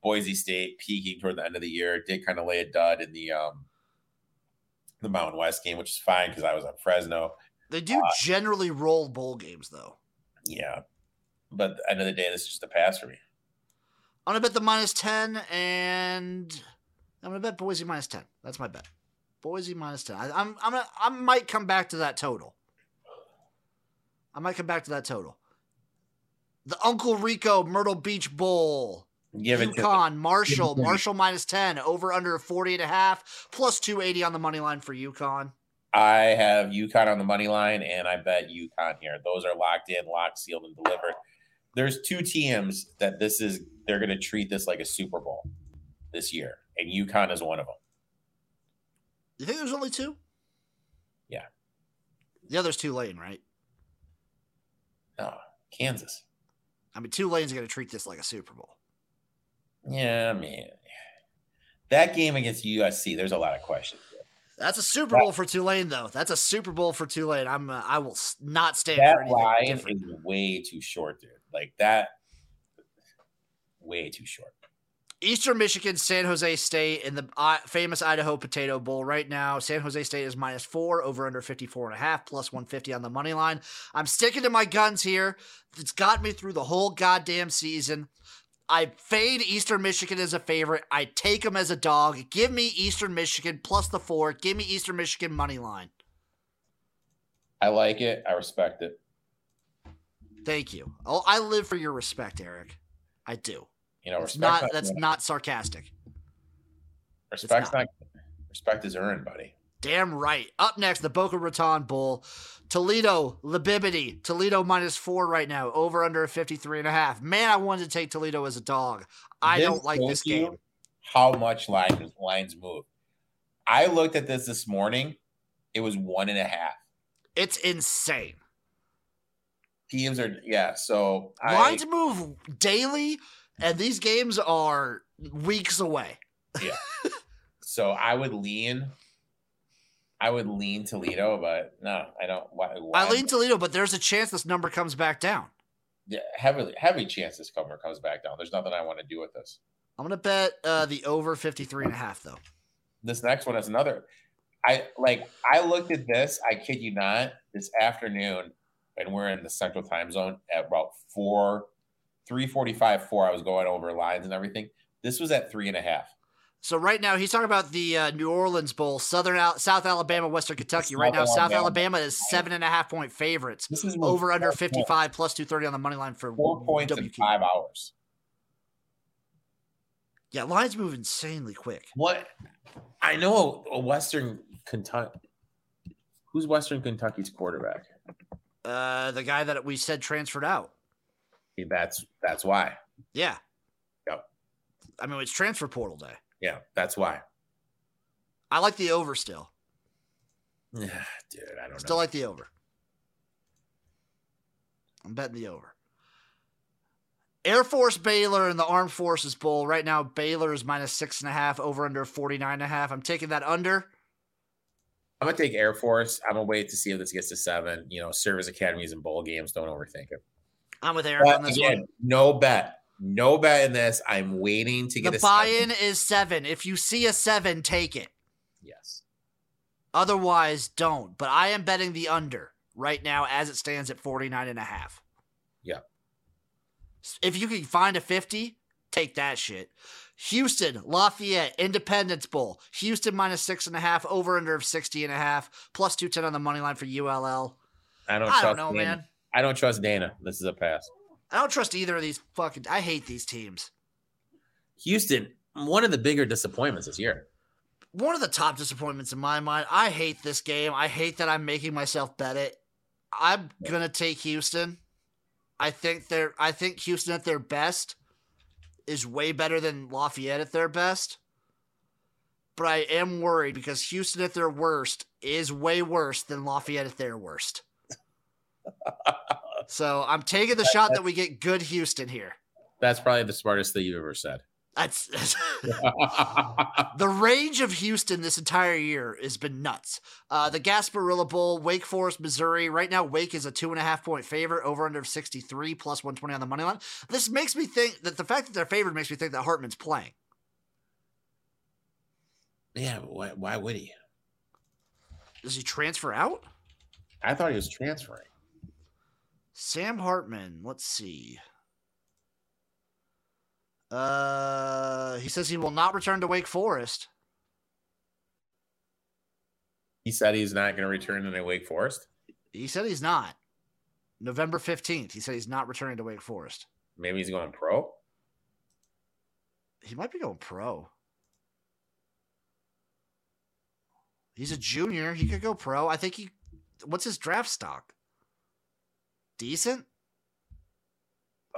Speaker 2: Boise State peaking toward the end of the year did kind of lay a dud in the um the Mountain West game, which is fine because I was on Fresno.
Speaker 1: They do generally roll bowl games, though.
Speaker 2: Yeah, but at the end of the day, this is just a pass for me.
Speaker 1: I'm going to bet the minus 10, and I'm going to bet Boise minus 10. That's my bet. Boise minus 10. I, I'm, I'm gonna, I might come back to that total. I might come back to that total. The Uncle Rico Myrtle Beach Bowl.
Speaker 2: Give it to
Speaker 1: UConn, Marshall,
Speaker 2: Give it to-
Speaker 1: Marshall minus 10, over under 40 and a half, plus 280 on the money line for UConn.
Speaker 2: I have UConn on the money line, and I bet UConn here. Those are locked in, locked, sealed, and delivered. There's two teams that this is they're going to treat this like a Super Bowl this year, and UConn is one of them.
Speaker 1: You think there's only two?
Speaker 2: Yeah.
Speaker 1: The other's Tulane, right?
Speaker 2: No, Ah, Kansas.
Speaker 1: I mean, Tulane's going to treat this like a Super Bowl.
Speaker 2: Yeah, I mean, that game against USC, there's a lot of questions.
Speaker 1: That's a Super Bowl for Tulane, though. That's a Super Bowl for Tulane. I'm, uh, I will s- not stand for
Speaker 2: That
Speaker 1: anything
Speaker 2: line
Speaker 1: different.
Speaker 2: is way too short, dude. Like that, way too short.
Speaker 1: Eastern Michigan, San Jose State, in the I famous Idaho Potato Bowl right now. San Jose State is minus four, over under 54 and a half, plus 150 on the money line. I'm sticking to my guns here. It's got me through the whole goddamn season. I fade Eastern Michigan as a favorite. I take them as a dog. Give me Eastern Michigan plus the four. Give me Eastern Michigan money line.
Speaker 2: I like it. I respect it.
Speaker 1: Thank you. Oh, I live for your respect, Eric. I do.
Speaker 2: You know,
Speaker 1: It's
Speaker 2: respect
Speaker 1: not, that's not sarcastic.
Speaker 2: respect's not, respect is earned, buddy.
Speaker 1: Damn right. Up next, the Boca Raton Bowl. Toledo, Libibity. Toledo minus four right now, over under 53 and a half. Man, I wanted to take Toledo as a dog. I
Speaker 2: This
Speaker 1: don't like
Speaker 2: told
Speaker 1: this
Speaker 2: you-
Speaker 1: game.
Speaker 2: how much line, lines move. I looked at this this morning. It was one and a half.
Speaker 1: It's insane.
Speaker 2: Teams are yeah. So I-
Speaker 1: Lines move daily, and these games are weeks away.
Speaker 2: so I would lean. I would lean Toledo, but no, I don't. Why, why
Speaker 1: I lean Toledo, but there's a chance this number comes back down.
Speaker 2: Yeah, heavily heavy chance this cover comes back down. There's nothing I want to do with this.
Speaker 1: I'm going to bet uh, the over 53 and a half, though.
Speaker 2: This next one is another. I like. I looked at this. I kid you not. This afternoon, and we're in the Central Time Zone at about four, three forty-five, four. I was going over lines and everything. This was at three and a half.
Speaker 1: So right now he's talking about the uh, New Orleans Bowl, Southern Al- South Alabama, Western Kentucky. Right now,
Speaker 2: South
Speaker 1: South
Speaker 2: Alabama.
Speaker 1: Alabama is seven and a half point favorites.
Speaker 2: This is
Speaker 1: Over under
Speaker 2: four points-
Speaker 1: 55 plus 230 on the money line for
Speaker 2: Four points in
Speaker 1: WK.
Speaker 2: five hours.
Speaker 1: Yeah, lines move insanely quick.
Speaker 2: What I know a Western Kentucky. Who's Western Kentucky's quarterback?
Speaker 1: Uh, the guy that we said transferred out.
Speaker 2: See, That's that's why.
Speaker 1: Yeah.
Speaker 2: Yep.
Speaker 1: I mean, it's transfer portal day.
Speaker 2: Yeah, that's why. (sighs)
Speaker 1: I like the over still.
Speaker 2: Yeah, dude, I don't
Speaker 1: Still
Speaker 2: know.
Speaker 1: like the over. I'm betting the over. Air Force Baylor in the Armed Forces Bowl. Right now, Baylor is minus six and a half, over under 49 and a half. I'm taking that under.
Speaker 2: I'm gonna take Air Force. I'm gonna wait to see if this gets to seven. You know, service academies and bowl games. Don't overthink it.
Speaker 1: I'm with Eric on
Speaker 2: But
Speaker 1: this
Speaker 2: again, no bet, no bet in this. I'm waiting to
Speaker 1: one.
Speaker 2: get
Speaker 1: The
Speaker 2: a
Speaker 1: buy
Speaker 2: seven.
Speaker 1: in is seven. If you see a seven, take it.
Speaker 2: Yes,
Speaker 1: Otherwise, don't. But I am betting the under right now as it stands at 49 and a half.
Speaker 2: Yep.
Speaker 1: If you can find a 50, take that shit. Houston, Lafayette, Independence Bowl. Houston minus six and a half, over under of 60 and a half, plus 210 on the money line for ULL.
Speaker 2: I don't.
Speaker 1: I
Speaker 2: trust
Speaker 1: don't know,
Speaker 2: Dana.
Speaker 1: man.
Speaker 2: I don't trust Dana. This is a pass.
Speaker 1: I don't trust either of these fucking. I hate these teams.
Speaker 2: Houston, one of the bigger disappointments this year.
Speaker 1: One of the top disappointments in my mind. I hate this game. I hate that I'm making myself bet it. I'm gonna take Houston. I think they're I think Houston at their best is way better than Lafayette at their best. But I am worried because Houston at their worst is way worse than Lafayette at their worst. so I'm taking the shot that we get good Houston here.
Speaker 2: That's probably the smartest thing you've ever said. (laughs)
Speaker 1: That's The range of Houston this entire year has been nuts. Uh, the Gasparilla Bowl, Wake Forest, Missouri. Right now, Wake is a two and a half point favorite, over under of 63, plus 120 on the money line. This makes me think that the fact that they're favored makes me think that Hartman's playing.
Speaker 2: yeah, but why, why would he?
Speaker 1: Does he transfer out?
Speaker 2: I thought he was transferring.
Speaker 1: Sam Hartman, let's see. Uh, he says he will not return to Wake Forest.
Speaker 2: He said he's not going to return to Wake Forest.
Speaker 1: He said he's not. November 15th, he said he's not returning to Wake Forest.
Speaker 2: Maybe he's going pro.
Speaker 1: he might be going pro. He's a junior. He could go pro. I think he. What's his draft stock? Decent.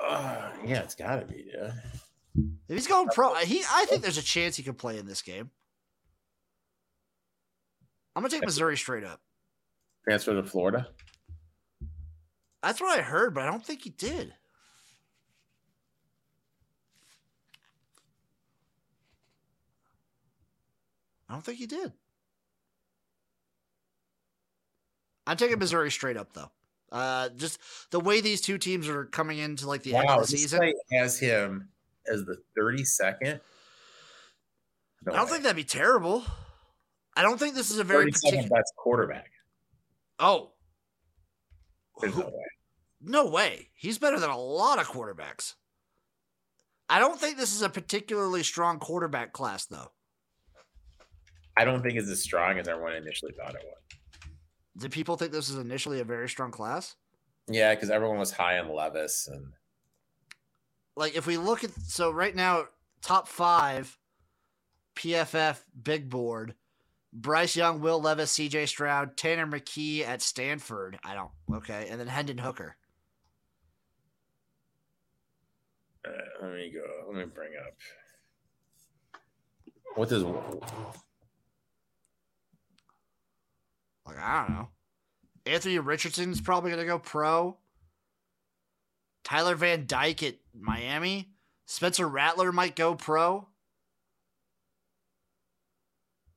Speaker 2: Uh, yeah, it's got to be. Yeah.
Speaker 1: If he's going pro, he. I think there's a chance he could play in this game. I'm gonna take Missouri straight up.
Speaker 2: Transfer to Florida.
Speaker 1: That's what I heard, but I don't think he did. I don't think he did. I'm taking Missouri straight up though. Uh, just the way these two teams are coming into like the end
Speaker 2: wow,
Speaker 1: of the
Speaker 2: this
Speaker 1: season.
Speaker 2: site has him as the 32nd. No
Speaker 1: I don't
Speaker 2: way.
Speaker 1: think that'd be terrible. I don't think this is a very
Speaker 2: 32nd
Speaker 1: particular.
Speaker 2: best quarterback.
Speaker 1: Oh,
Speaker 2: There's no
Speaker 1: Who-
Speaker 2: way.
Speaker 1: No way. He's better than a lot of quarterbacks. I don't think this is a particularly strong quarterback class, though.
Speaker 2: I don't think it's as strong as everyone initially thought it was.
Speaker 1: Did people think this is initially a very strong class?
Speaker 2: Yeah, because everyone was high on Levis and
Speaker 1: Like, if we look at so right now, top five PFF big board Bryce Young, Will Levis, CJ Stroud, Tanner McKee at Stanford. I don't, okay. And then Hendon Hooker.
Speaker 2: Uh, let me go. Let me bring up. What does
Speaker 1: Like I don't know. Anthony Richardson's probably gonna go pro. Tyler Van Dyke at Miami. Spencer Rattler might go pro.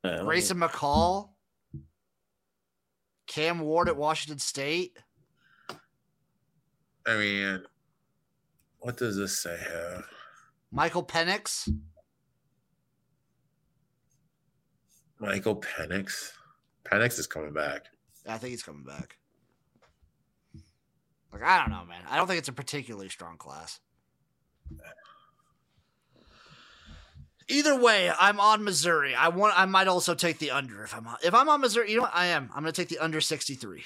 Speaker 2: uh,
Speaker 1: Grayson McCall. Cam Ward at Washington State.
Speaker 2: I mean, what does this say? Have?
Speaker 1: Michael Penix.
Speaker 2: Michael Penix. Penix is coming back.
Speaker 1: I think he's coming back. Like I don't know, man. I don't think it's a particularly strong class. Either way, I'm on Missouri. I want. I might also take the under if I'm on, if I'm on Missouri. You know, what? I am. I'm going to take the under 63.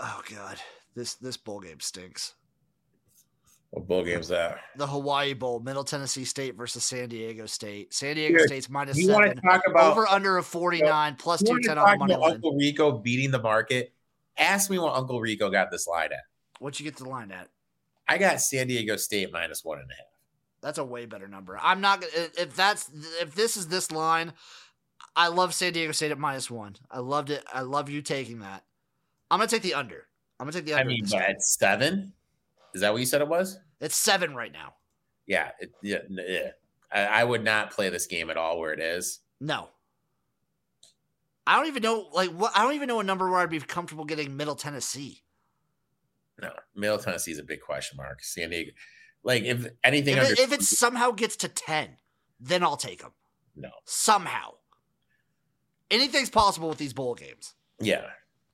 Speaker 1: Oh god, this this bowl game stinks.
Speaker 2: What bowl game's that?
Speaker 1: The Hawaii Bowl, Middle Tennessee State versus San Diego State. San Diego
Speaker 2: Dude,
Speaker 1: State's minus
Speaker 2: You
Speaker 1: seven
Speaker 2: want to talk about
Speaker 1: over under of 49 plus
Speaker 2: you wanna
Speaker 1: 210 on the
Speaker 2: talk
Speaker 1: money
Speaker 2: about
Speaker 1: line.
Speaker 2: Uncle Rico beating the market? Ask me what Uncle Rico got this line at.
Speaker 1: What you get to the line at?
Speaker 2: I got San Diego State minus one and a half.
Speaker 1: That's a way better number. I'm not gonna if- if that's if this is this line, I love San Diego State at minus one. I loved it. I love you taking that. I'm gonna take the under. I'm gonna take the
Speaker 2: I
Speaker 1: under. in
Speaker 2: mean,
Speaker 1: this
Speaker 2: but
Speaker 1: game.
Speaker 2: at seven, is that what you said it was?
Speaker 1: it's seven right now.
Speaker 2: Yeah, it, yeah, n- yeah. I, I would not play this game at all where it is.
Speaker 1: No. I don't even know like what I don't even know a number where I'd be comfortable getting Middle Tennessee.
Speaker 2: No, Middle Tennessee is a big question mark. San Diego, like if anything
Speaker 1: If
Speaker 2: under
Speaker 1: it, if it somehow gets to 10, then I'll take them.
Speaker 2: no,
Speaker 1: Somehow. Anything's possible with these bowl games.
Speaker 2: yeah,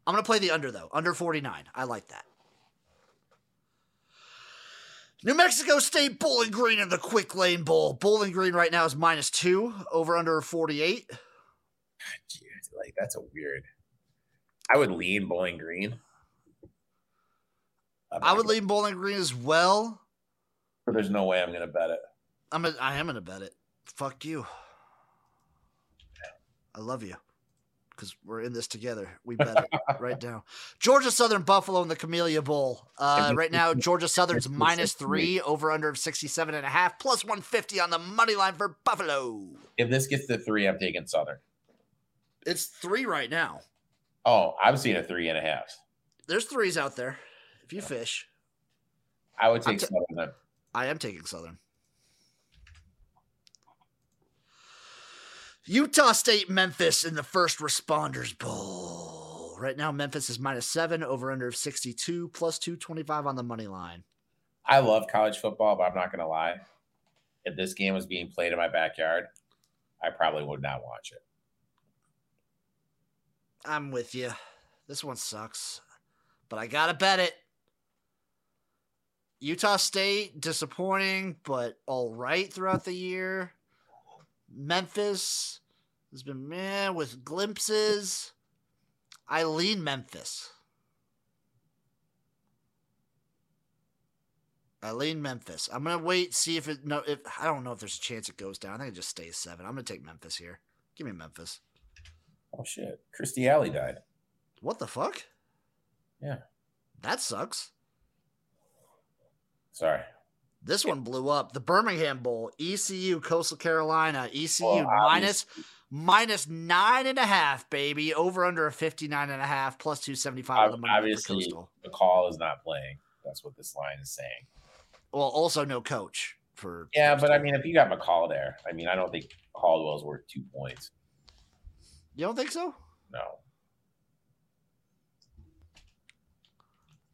Speaker 1: I'm going to play the under, though. Under 49. I like that. New Mexico State Bowling Green in the Quick Lane Bowl. Bowling Green right now is minus two, over under 48.
Speaker 2: Gee, like that's a weird. I would lean Bowling Green. I'm
Speaker 1: I
Speaker 2: not
Speaker 1: would
Speaker 2: gonna-
Speaker 1: lean Bowling Green as well.
Speaker 2: but There's no way I'm gonna bet it.
Speaker 1: I'm a, I am going to bet it. Fuck you. I love you because we're in this together. We bet it right now. Georgia Southern Buffalo in the Camellia Bowl. Uh, right now, Georgia Southern's minus three, over under of 67 and a half, plus 150 on the money line for Buffalo.
Speaker 2: If this gets to three, I'm taking Southern.
Speaker 1: It's three right now.
Speaker 2: Oh, I'm seeing a three and a half.
Speaker 1: There's threes out there. If you fish,
Speaker 2: I would
Speaker 1: I'm
Speaker 2: take
Speaker 1: ta-
Speaker 2: Southern. then.
Speaker 1: I am taking Southern. Utah State, Memphis in the first responders bowl. Right now, Memphis is minus seven, over under of 62, plus 225 on the money line.
Speaker 2: I love college football, but I'm not gonna lie. If this game was being played in my backyard, I probably would not watch it.
Speaker 1: I'm with you. This one sucks, but I got to bet it. Utah State, disappointing, but all right throughout the year. Memphis has been meh with glimpses. I lean Memphis. I lean Memphis. I'm gonna wait see if it no if I don't know if there's a chance it goes down. I think it just stays seven. I'm gonna take Memphis here. Give me Memphis.
Speaker 2: Oh shit, Christy Alley died.
Speaker 1: What the fuck?
Speaker 2: Yeah.
Speaker 1: That sucks.
Speaker 2: Sorry.
Speaker 1: This one blew up. The Birmingham Bowl, ECU, Coastal Carolina, ECU
Speaker 2: Well,
Speaker 1: minus minus nine and a half, baby. Over under a 59 and a half, plus 275 on the
Speaker 2: Ob-
Speaker 1: money line for
Speaker 2: obviously-
Speaker 1: Coastal.
Speaker 2: The call is not playing. That's what this line is saying.
Speaker 1: Well, also no coach for
Speaker 2: Yeah, but I
Speaker 1: Coastal.
Speaker 2: mean, if you got McCall there, I mean, I don't think Caldwell's worth two points.
Speaker 1: You don't think so?
Speaker 2: No.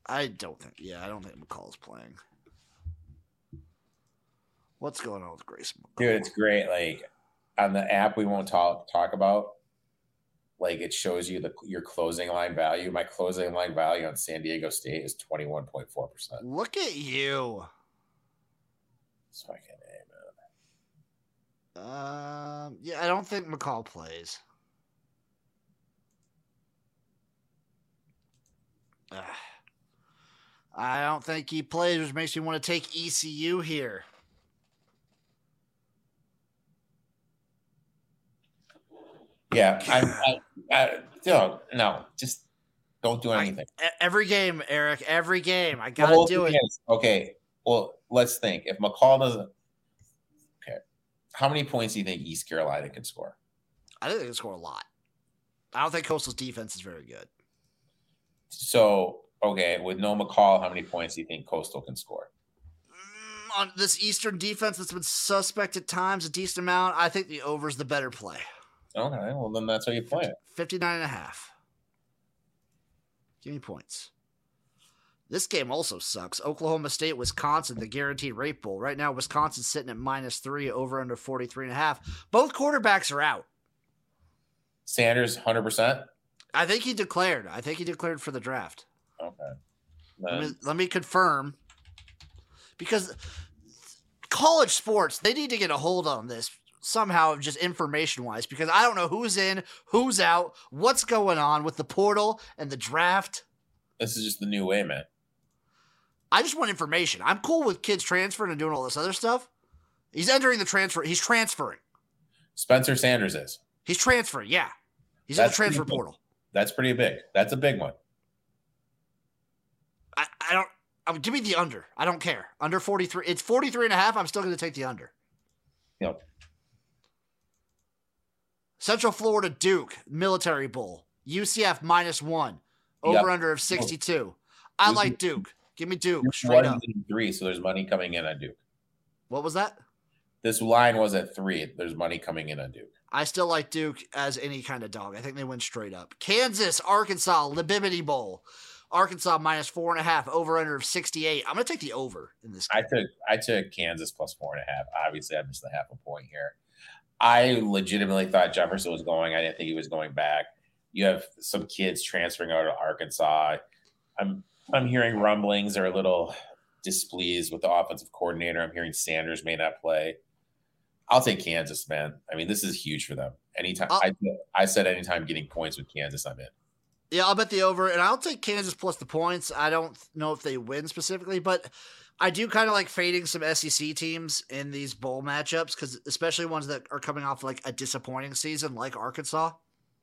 Speaker 1: I don't think yeah, I don't think McCall's playing. What's going on with Grayson McCall?
Speaker 2: Dude, it's great. Like on the app, we won't talk talk about. Like it shows you the your closing line value. My closing line value on San Diego State is twenty one point four percent.
Speaker 1: Look at you.
Speaker 2: Fucking A,
Speaker 1: Um, yeah, I don't think McCall plays. Ugh. I don't think he plays, which makes me want to take ECU here.
Speaker 2: man. Yeah, I'm. I, I, no, no, just Don't do anything.
Speaker 1: E- Every game, Eric. Every game. I
Speaker 2: The
Speaker 1: gotta
Speaker 2: whole
Speaker 1: do it.
Speaker 2: thing is, okay. Well, let's think. If McCall doesn't, okay, how many points do you think East Carolina can score?
Speaker 1: I think they can score a lot. I don't think Coastal's defense is very good.
Speaker 2: So, okay, with no McCall, how many points do you think Coastal can score?
Speaker 1: Mm, on this Eastern defense that's been suspect at times a decent amount, I think the over's the better play.
Speaker 2: Okay, well then that's how you play it.
Speaker 1: 59 and a half. Give me points. This game also sucks. Oklahoma State, Wisconsin, the guaranteed rate bowl. Right now, Wisconsin's sitting at minus three, over under 43 and a half. Both quarterbacks are out.
Speaker 2: Sanders, hundred percent.
Speaker 1: I think he declared. I think he declared for the draft.
Speaker 2: Okay.
Speaker 1: Let me,
Speaker 2: Then,
Speaker 1: let me confirm because college sports they need to get a hold on this somehow just information wise because i don't know who's in who's out what's going on with the portal and the draft
Speaker 2: this is just the new way, man.
Speaker 1: i just want information i'm cool with kids transferring and doing all this other stuff he's entering the transfer he's transferring
Speaker 2: Spencer Sanders is.
Speaker 1: he's transferring yeah he's in the
Speaker 2: That's pretty
Speaker 1: transfer
Speaker 2: cool.
Speaker 1: portal
Speaker 2: That's pretty big. That's a big one.
Speaker 1: I, I don't I mean, give me the under i don't care under 43 it's 43 and a half i'm still going to take the under
Speaker 2: Yep.
Speaker 1: Central Florida Duke Military Bowl. UCF minus one. Over
Speaker 2: Yep.
Speaker 1: under of 62. I
Speaker 2: Duke-
Speaker 1: like Duke. Give me Duke
Speaker 2: Duke
Speaker 1: straight
Speaker 2: was
Speaker 1: up.
Speaker 2: at Three, so there's money coming in on Duke.
Speaker 1: What was that?
Speaker 2: This line was at three. There's money coming in on Duke.
Speaker 1: I still like Duke as any kind of dog. I think they win straight up. Kansas, Arkansas, Libimity Bowl. Arkansas minus four and a half. Over under of 68. I'm going to take the over in this
Speaker 2: I
Speaker 1: game.
Speaker 2: took I took Kansas plus four and a half. Obviously, I missed the half a point here. I legitimately thought Jefferson was going. I didn't think he was going back. You have some kids transferring out of Arkansas. I'm I'm hearing rumblings are a little displeased with the offensive coordinator. I'm hearing Sanders may not play. I'll take Kansas, man. I mean, this is huge for them. Anytime
Speaker 1: Uh-
Speaker 2: I I said anytime getting points with Kansas, I'm in.
Speaker 1: Yeah, I'll bet the over, and I'll take Kansas plus the points. I don't know if they win specifically, but I do kind of like fading some SEC teams in these bowl matchups because, especially ones that are coming off like a disappointing season, like Arkansas.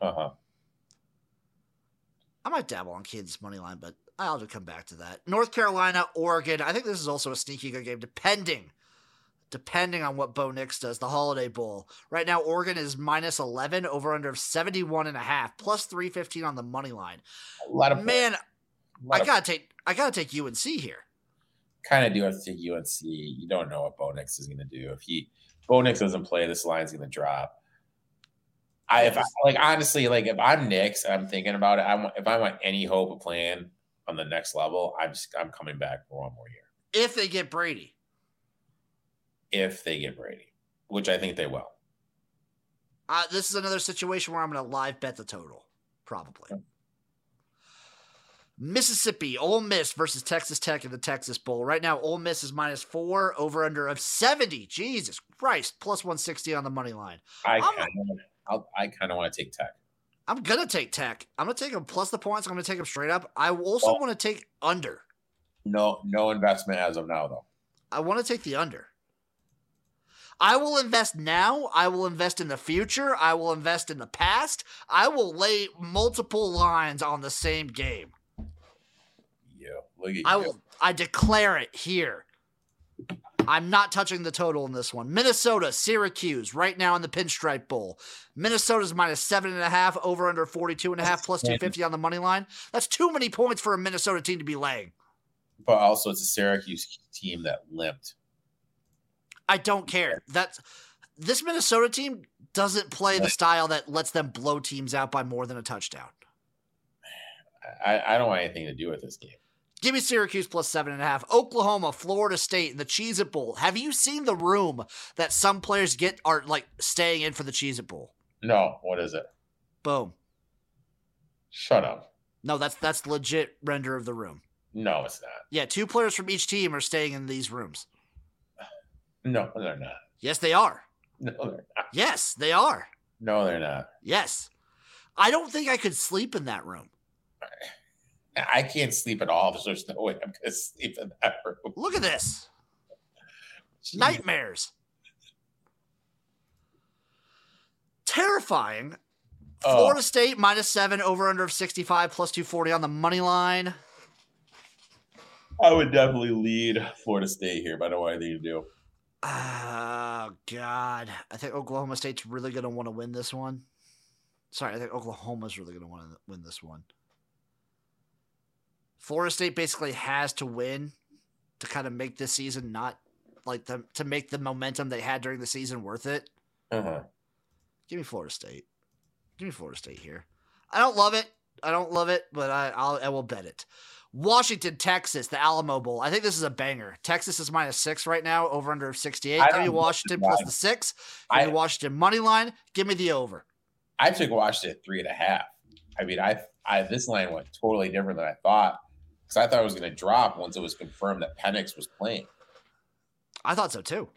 Speaker 2: Uh huh.
Speaker 1: I might dabble on Kansas money line, but I'll just come back to that. North Carolina, Oregon. I think this is also a sneaky good game, depending, depending on what Bo Nix does. The Holiday Bowl. Right now, Oregon is minus eleven, over under of seventy one and a half, plus three fifteen on the money line.
Speaker 2: A lot of
Speaker 1: Man,
Speaker 2: a lot
Speaker 1: I
Speaker 2: of-
Speaker 1: gotta take I gotta take UNC here.
Speaker 2: kind of do have to take UNC. You don't know what Bo Nix is going to do. If he Bo Nix doesn't play, this line's going to drop. I if I, like honestly like if I'm Nix and I'm thinking about it, I want, if I want any hope of playing on the next level, I'm just I'm coming back for one more year
Speaker 1: If they get Brady,
Speaker 2: if they get Brady, which I think they will.
Speaker 1: uh, this is another situation where I'm gonna live bet the total, probably. Mississippi, Ole Miss versus Texas Tech in the Texas Bowl. Right now, Ole Miss is minus four, over under of 70. Jesus Christ, plus 160 on the money line.
Speaker 2: I
Speaker 1: I'm-
Speaker 2: kind of I'll, I kind of want to take Tech.
Speaker 1: I'm going to take Tech. I'm going to take them plus the points. I'm going to take them straight up. I also
Speaker 2: Well-
Speaker 1: want to take under.
Speaker 2: No no investment as of now though.
Speaker 1: I want to take the under. I will invest now. I will invest in the future. I will invest in the past. I will lay multiple lines on the same game.
Speaker 2: Yeah, look at you.
Speaker 1: I will. I declare it here. I'm not touching the total in this one. Minnesota, Syracuse, right now in the Pinstripe Bowl. Minnesota's minus seven and a half, over under 42 and a half, plus 250 on the money line. That's too many points for a Minnesota team to be laying.
Speaker 2: But also, it's a Syracuse team that limped.
Speaker 1: I don't care. That's this Minnesota team doesn't play the style that lets them blow teams out by more than a touchdown.
Speaker 2: I, I don't want anything to do with this game.
Speaker 1: Give me Syracuse plus seven and a half. Oklahoma, Florida State, and the Cheez It Bowl. Have you seen the room that some players get are like staying in for the Cheez It Bowl?
Speaker 2: No, what is it?
Speaker 1: Boom.
Speaker 2: Shut up.
Speaker 1: No, that's that's legit render of the room.
Speaker 2: No, it's not.
Speaker 1: Yeah, two players from each team are staying in these rooms.
Speaker 2: No, they're not.
Speaker 1: Yes, they are.
Speaker 2: No, they're not.
Speaker 1: Yes, they are.
Speaker 2: No, they're not.
Speaker 1: Yes. I don't think I could sleep in that room.
Speaker 2: I- I can't sleep at all. (laughs) There's no way I'm gonna sleep in that room.
Speaker 1: Look at this. Nightmares. Terrifying.
Speaker 2: Oh.
Speaker 1: Florida State minus seven, over under of 65, plus 240 on the money line.
Speaker 2: I would definitely lead Florida State here, but I don't want anything to do.
Speaker 1: Oh, God. I think Oklahoma State's really going to want to win this one. Sorry, I think Oklahoma's really going to want to win this one. Florida State basically has to win to kind of make this season not like the, to make the momentum they had during the season worth it.
Speaker 2: Uh-huh.
Speaker 1: Give me Florida State. Give me Florida State here. I don't love it. I don't love it, but I I'll, I will bet it. Washington, Texas, the Alamo Bowl. I think this is a banger. Texas is minus six right now, over under of 68.
Speaker 2: I
Speaker 1: Give me
Speaker 2: don't
Speaker 1: Washington
Speaker 2: know.
Speaker 1: plus the six. Give
Speaker 2: I-
Speaker 1: me Washington money line. Give me the over.
Speaker 2: I took Washington at three and a half. I mean, I, I this line went totally different than I thought because I thought it was going to drop once it was confirmed that Penix was playing.
Speaker 1: I thought so too.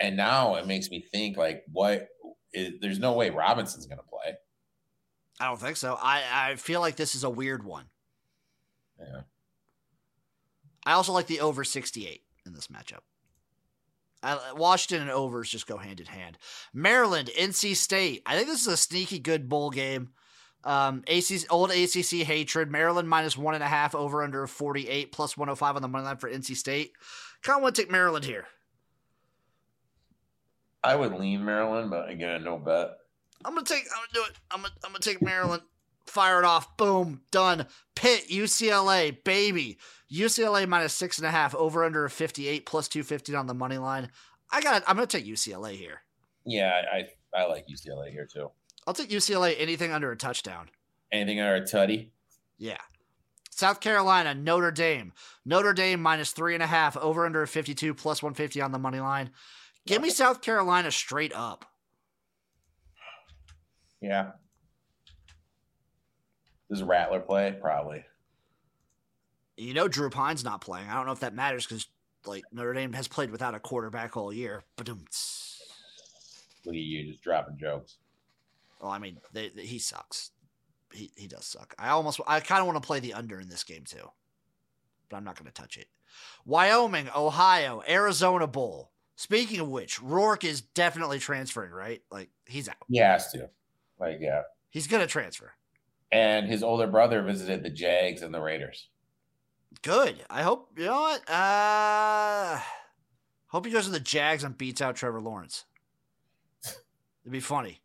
Speaker 2: And now it makes me think like, what? Is, there's no way Robinson's going to play.
Speaker 1: I don't think so. I, I feel like this is a weird one.
Speaker 2: Yeah.
Speaker 1: I also like the over 68 in this matchup. I, Washington and overs just go hand in hand. Maryland, NC State. I think this is a sneaky good bowl game. Um, AC, old ACC hatred. Maryland minus one and a half over under 48 plus 105 on the money line for NC State. Kind of want to take Maryland here.
Speaker 2: I would lean Maryland, but again, no bet.
Speaker 1: I'm gonna take. I'm gonna do it. I'm gonna. I'm gonna take Maryland. Fire it off. Boom. Done. Pitt. UCLA. Baby. UCLA minus six and a half. Over under of 58 plus 250 on the money line. I got. I'm gonna take UCLA here.
Speaker 2: Yeah, I, I like UCLA here too.
Speaker 1: I'll take UCLA anything under a touchdown.
Speaker 2: Anything under a tutty?
Speaker 1: Yeah. South Carolina, Notre Dame. Notre Dame minus three and a half, over under 52, plus 150 on the money line. Give me South Carolina straight up.
Speaker 2: Yeah. Does Rattler play? Probably.
Speaker 1: You know Drew Pine's not playing. I don't know if that matters because like Notre Dame has played without a quarterback all year. Ba-dum-ts.
Speaker 2: Look at you just dropping jokes.
Speaker 1: Well, I mean, they, they- he sucks. He he does suck. I almost I kind of want to play the under in this game too, but I'm not going to touch it. Wyoming, Ohio, Arizona Bowl. Speaking of which, Rourke is definitely transferring, right? Like he's out.
Speaker 2: He has to. Like, yeah.
Speaker 1: He's going to transfer.
Speaker 2: And his older brother visited the Jags and the Raiders.
Speaker 1: Good. I hope you know what. Uh, hope he goes to the Jags and beats out Trevor Lawrence. It'd be funny.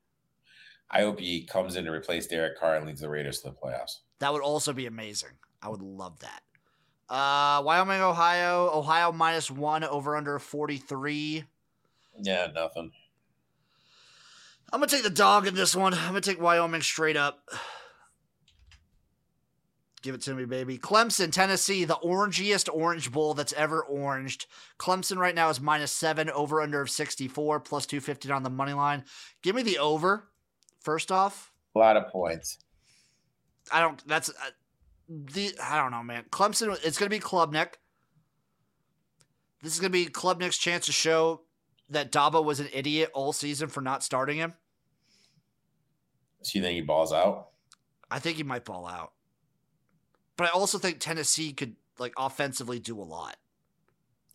Speaker 2: I hope he comes in to replace Derek Carr and leads the Raiders to the playoffs.
Speaker 1: That would also be amazing. I would love that. Uh, Wyoming, Ohio, Ohio minus one over under 43.
Speaker 2: Yeah, nothing.
Speaker 1: I'm gonna take the dog in this one. I'm gonna take Wyoming straight up. Give it to me, baby. Clemson, Tennessee, the orangiest orange bowl that's ever oranged. Clemson right now is minus seven, over under of 64, plus 250 on the money line. Give me the over. First off,
Speaker 2: A lot of points.
Speaker 1: I don't. That's uh, the. I don't know, man. Clemson. It's gonna be Klubnik. This is gonna be Klubnik's chance to show that Dabo was an idiot all season for not starting him.
Speaker 2: So you think he balls out?
Speaker 1: I think he might ball out, but I also think Tennessee could like offensively do a lot.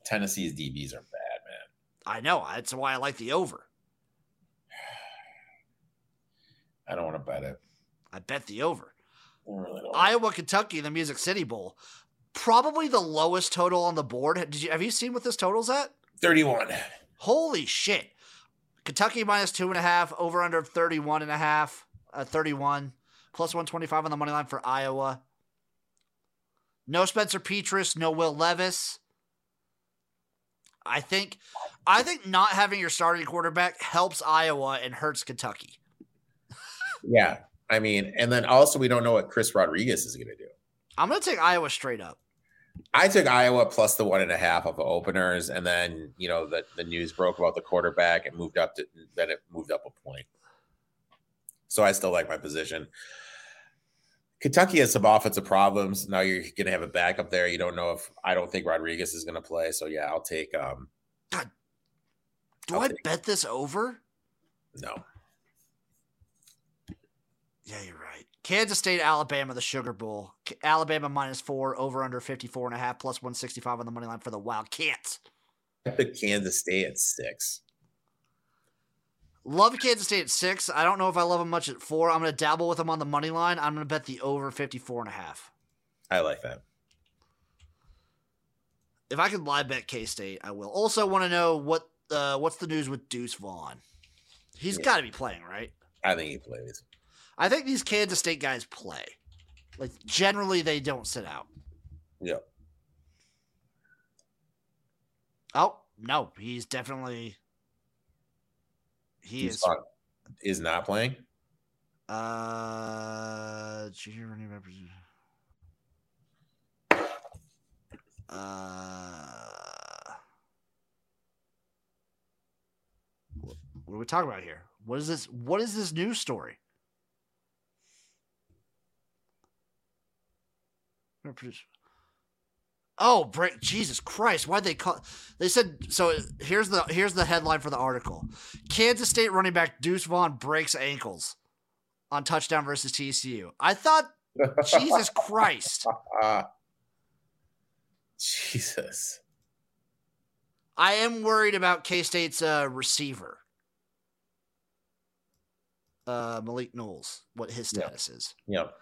Speaker 2: Tennessee's DBs are bad, man.
Speaker 1: I know. That's why I like the over.
Speaker 2: I don't want to bet it.
Speaker 1: I bet the over.
Speaker 2: I really don't.
Speaker 1: Iowa, Kentucky, the Music City Bowl. Probably the lowest total on the board. Did you have you seen what this total's at?
Speaker 2: 31.
Speaker 1: Holy shit. Kentucky minus two and a half, over under 31 and a half, uh, 31, plus 125 on the money line for Iowa. No Spencer Petrus, no Will Levis. I think I think not having your starting quarterback helps Iowa and hurts Kentucky.
Speaker 2: Yeah. I mean, and then also we don't know what Chris Rodriguez is going to do.
Speaker 1: I'm gonna take Iowa straight up.
Speaker 2: I took Iowa plus the one and a half of the openers, and then you know the, the news broke about the quarterback. It moved up to then it moved up a point. So I still like my position. Kentucky has some offensive problems. Now you're gonna have a backup there. You don't know if I don't think Rodriguez is gonna play. So yeah, I'll take um
Speaker 1: Do
Speaker 2: I'll
Speaker 1: I
Speaker 2: take-
Speaker 1: bet this over?
Speaker 2: no.
Speaker 1: Yeah, you're right. Kansas State, Alabama, the Sugar Bowl. K- Alabama minus four, over under 54 and a half, plus 165 on the money line for the Wildcats.
Speaker 2: I took Kansas State at six.
Speaker 1: Love Kansas State at six. I don't know if I love them much at four. I'm going to dabble with them on the money line. I'm going to bet the over 54 and a half.
Speaker 2: I like that.
Speaker 1: If I could live bet K State, I will. Also, want to know what uh, what's the news with Deuce Vaughn? He's
Speaker 2: Yeah.
Speaker 1: got to be playing, right?
Speaker 2: I think he plays.
Speaker 1: I think these Kansas State guys play. Like generally, they don't sit out.
Speaker 2: Yeah.
Speaker 1: Oh no, he's definitely he
Speaker 2: Deuce
Speaker 1: is.
Speaker 2: Vaughn is not playing.
Speaker 1: Uh, junior running representative. Uh, wh- what are we talking about here? What is this? What is this news story? Representative- Oh, bra- Jesus Christ! Why'd they call? They said so. Here's the here's the headline for the article: Kansas State running back Deuce Vaughn breaks ankles on touchdown versus TCU. I thought, Jesus Christ.
Speaker 2: (laughs) Ah. Jesus.
Speaker 1: I am worried about K State's uh, receiver, uh, Malik Knowles, what his
Speaker 2: Yeah.
Speaker 1: status is.
Speaker 2: Yep.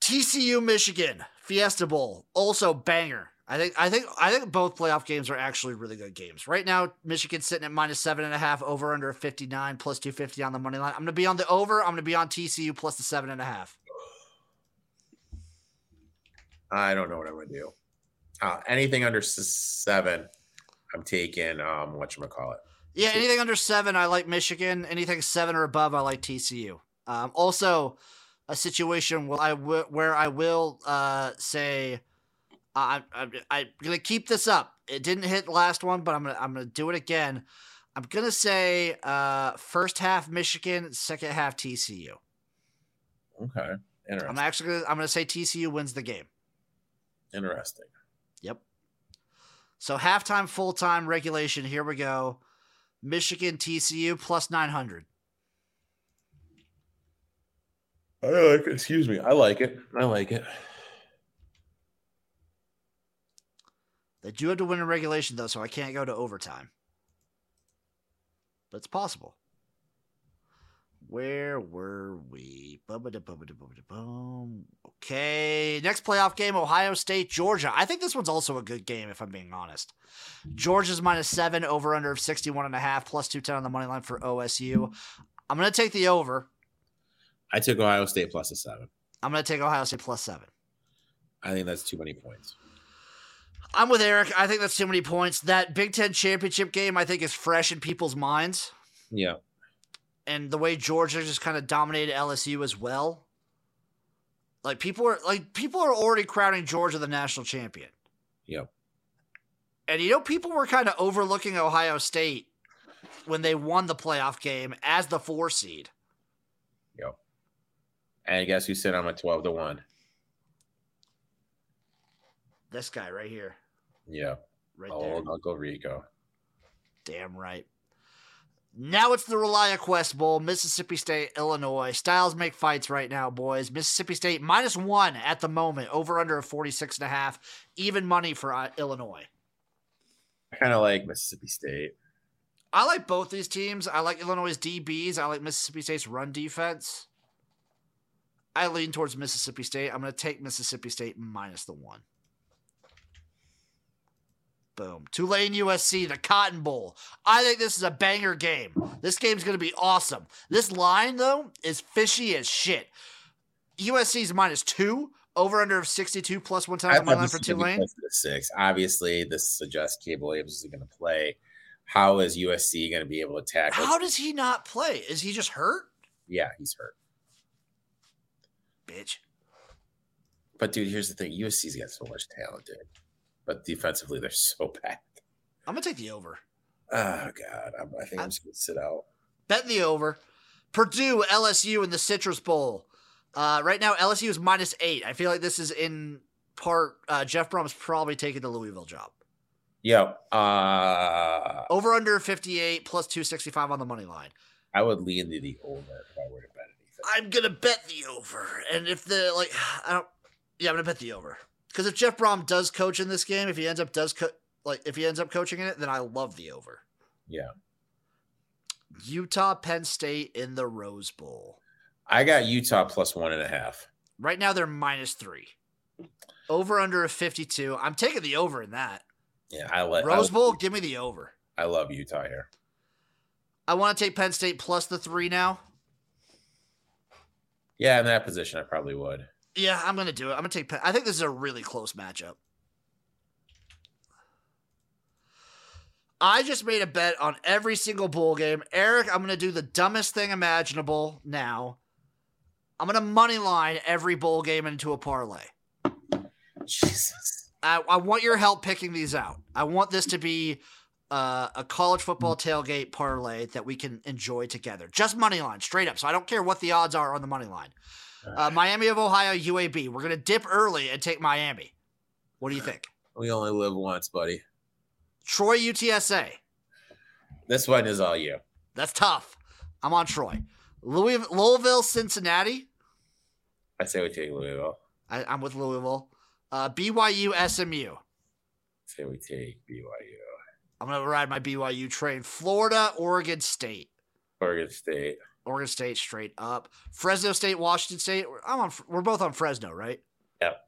Speaker 1: TCU Michigan Fiesta Bowl also banger. I think I think I think both playoff games are actually really good games. Right now, Michigan's sitting at minus seven and a half, over under fifty nine, plus two fifty on the money line. I'm gonna be on the over. I'm gonna be on TCU plus the seven and a half.
Speaker 2: I don't know what I'm gonna do. Uh, anything under s- seven, I'm taking um what you call it.
Speaker 1: Yeah,
Speaker 2: Sure.
Speaker 1: anything under seven, I like Michigan. Anything seven or above, I like TCU. Um, also, a situation where I wi- where I will uh, say I, I, I'm gonna keep this up. It didn't hit last one, but I'm gonna I'm gonna do it again. I'm gonna say uh, first half Michigan, second half TCU.
Speaker 2: Okay.
Speaker 1: I'm
Speaker 2: Interesting.
Speaker 1: actually gonna, I'm gonna say TCU wins the game.
Speaker 2: Interesting.
Speaker 1: Yep. So halftime, full time, regulation. Here we go. Michigan TCU plus nine hundred.
Speaker 2: I like it. Excuse me. I like it. I like it.
Speaker 1: They do have to win in regulation though, so I can't go to overtime. But it's possible. Where were we? Boom. Okay, next playoff game: Ohio State, Georgia. I think this one's also a good game, if I'm being honest. Georgia's minus seven, over under of sixty-one and a half, plus two ten on the money line for OSU. I'm gonna take the over.
Speaker 2: I took Ohio State plus a seven.
Speaker 1: I'm gonna take Ohio State plus seven.
Speaker 2: I think that's too many points.
Speaker 1: I'm with Eric. I think that's too many points. That Big Ten championship game, I think, is fresh in people's minds.
Speaker 2: Yeah.
Speaker 1: and the way Georgia just kind of dominated LSU as well. Like people are like people are already crowning Georgia the national champion.
Speaker 2: Yep.
Speaker 1: And you know people were kind of overlooking Ohio State when they won the playoff game as the 4 seed.
Speaker 2: And guess who said I'm at twelve to one?
Speaker 1: This guy right here.
Speaker 2: Yeah.
Speaker 1: Right there.
Speaker 2: Old Uncle Rico.
Speaker 1: Damn right. Now it's the Relia Quest Bowl, Mississippi State, Illinois. Styles make fights right now, boys. Mississippi State minus one at the moment, over under a 46 and a half, even money for uh, Illinois.
Speaker 2: I kind of like Mississippi State.
Speaker 1: I like both these teams. I like Illinois' DBs. I like Mississippi State's run defense. I lean towards Mississippi State. I'm going to take Mississippi State minus the one. Boom. Tulane USC, the Cotton Bowl. I think this is a banger game. This game's going to be awesome. This line, though, is fishy as shit. USC's minus two, over under of 62, plus one time on my
Speaker 2: thought
Speaker 1: line
Speaker 2: this
Speaker 1: for
Speaker 2: was gonna be
Speaker 1: Tulane.
Speaker 2: close to the Six. Obviously, this suggests Cable Williams is going to play. How is USC going to be able to tackle?
Speaker 1: How does he not play? Is he just hurt?
Speaker 2: yeah, he's hurt.
Speaker 1: Bitch.
Speaker 2: But dude, here's the thing: USC's got so much talent, dude. But defensively, they're so (laughs) bad.
Speaker 1: I'm going to take the over.
Speaker 2: Oh god, I'm, I think I'm just going to sit out.
Speaker 1: Bet the over. Purdue, LSU in the Citrus Bowl. Uh, right now, LSU is minus eight. I feel like this is in part uh, Jeff Brom's probably taking the Louisville job.
Speaker 2: Yo, uh,
Speaker 1: Over under 58 plus 265 on the money line.
Speaker 2: I would lean to the over if I were to bet anything.
Speaker 1: I'm gonna bet the over, and if the like, I don't. Yeah, I'm gonna bet the over because if Jeff Brom does coach in this game, if he ends up does co- like if he ends up coaching in it, then I love the over.
Speaker 2: Yeah.
Speaker 1: Utah, Penn State in the Rose Bowl.
Speaker 2: I got Utah plus one and a half.
Speaker 1: Right now they're minus three. Over under a 52. I'm taking the over in that.
Speaker 2: Yeah, I let
Speaker 1: Rose
Speaker 2: I-
Speaker 1: Bowl, give me the over.
Speaker 2: I love Utah here.
Speaker 1: I want to take Penn State plus the three now.
Speaker 2: Yeah, in that position, I probably would. (laughs)
Speaker 1: Yeah, I'm gonna do it. I'm gonna take Penn. I think this is a really close matchup. I just made a bet on every single bowl game. Eric, I'm gonna do the dumbest thing imaginable now. I'm gonna money line every bowl game into a parlay.
Speaker 2: Jesus.
Speaker 1: I, I want your help picking these out. I want this to be uh, a college football tailgate parlay that we can enjoy together. Just money line, straight up. So I don't care what the odds are on the money line. Uh, Miami of Ohio, UAB. We're gonna dip early and take Miami. What do you think?
Speaker 2: We only live once, buddy.
Speaker 1: Troy, UTSA.
Speaker 2: This one is all you.
Speaker 1: That's tough. I'm on Troy. Louis, Louisville, Cincinnati.
Speaker 2: I say we take Louisville.
Speaker 1: I, I'm with Louisville. Uh, BYU, SMU.
Speaker 2: I say we take BYU.
Speaker 1: I'm gonna ride my BYU train. Florida, Oregon State.
Speaker 2: Oregon State.
Speaker 1: Oregon State straight up. Fresno State, Washington State. I'm on. We're both on Fresno, right?
Speaker 2: Yep.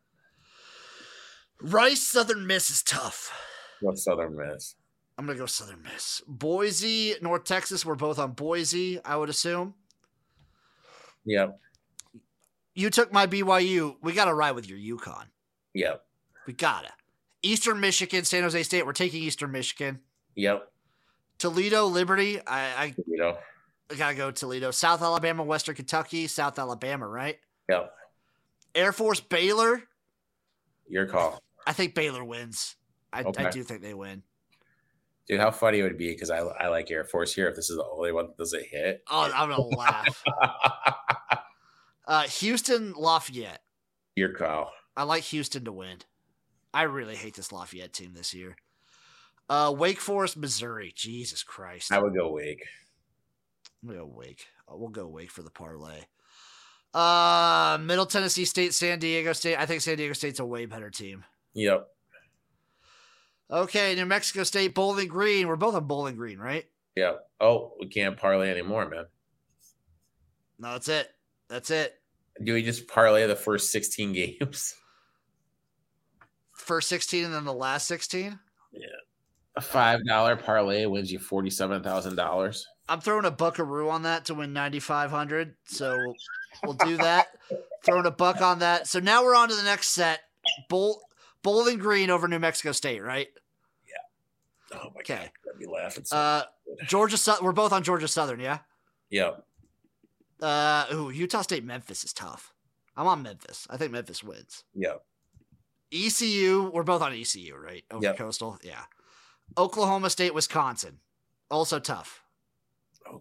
Speaker 1: Rice, Southern Miss is tough.
Speaker 2: What Southern Miss?
Speaker 1: I'm gonna go Southern Miss. Boise, North Texas. We're both on Boise. I would assume
Speaker 2: Yep.
Speaker 1: you took my BYU. We gotta ride with your Yukon.
Speaker 2: Yep.
Speaker 1: We gotta. Eastern Michigan, San Jose State. We're taking Eastern Michigan.
Speaker 2: Yep.
Speaker 1: Toledo, Liberty. I,
Speaker 2: You know.
Speaker 1: I gotta go Toledo. South Alabama, Western Kentucky. South Alabama, right?
Speaker 2: Yep.
Speaker 1: Air Force, Baylor.
Speaker 2: Your call.
Speaker 1: I think Baylor wins. I, I
Speaker 2: Okay.
Speaker 1: do think they win.
Speaker 2: Dude, how funny it would be because I, I like Air Force here. If this is the only one that doesn't hit, (laughs)
Speaker 1: Oh, I'm gonna laugh. Uh, Houston, Lafayette.
Speaker 2: your call.
Speaker 1: I like Houston to win. I really hate this Lafayette team this year. Uh, Wake Forest, Missouri. Jesus Christ.
Speaker 2: I would go Wake.
Speaker 1: I'm gonna go Wake. Uh, We'll go Wake for the parlay. Uh, Middle Tennessee State, San Diego State. I think San Diego State's a way better team.
Speaker 2: Yep.
Speaker 1: Okay, New Mexico State, Bowling Green. We're both on Bowling Green, right?
Speaker 2: Yep. Oh, we can't parlay anymore, man.
Speaker 1: No, that's it. That's it.
Speaker 2: Do we just parlay the first 16 (laughs) games?
Speaker 1: First 16 and then the last 16.
Speaker 2: A five dollar parlay wins you forty seven thousand dollars.
Speaker 1: I'm throwing a buckaroo on that to win 9,500. So we'll, we'll do that. throwing a buck on that. So now we're on to the next set. Bowl, Bowling Green over New Mexico State, right?
Speaker 2: Oh my
Speaker 1: Okay.
Speaker 2: that'd be laughing. So-
Speaker 1: Uh, Georgia, Sou- we're both on Georgia Southern, yeah?
Speaker 2: yep.
Speaker 1: Uh, ooh, Utah State, Memphis is tough. I'm on Memphis. I think Memphis wins.
Speaker 2: Yep.
Speaker 1: ECU, we're both on ECU, right? Over
Speaker 2: Yep.
Speaker 1: Coastal, yeah. Oklahoma State, Wisconsin, also tough.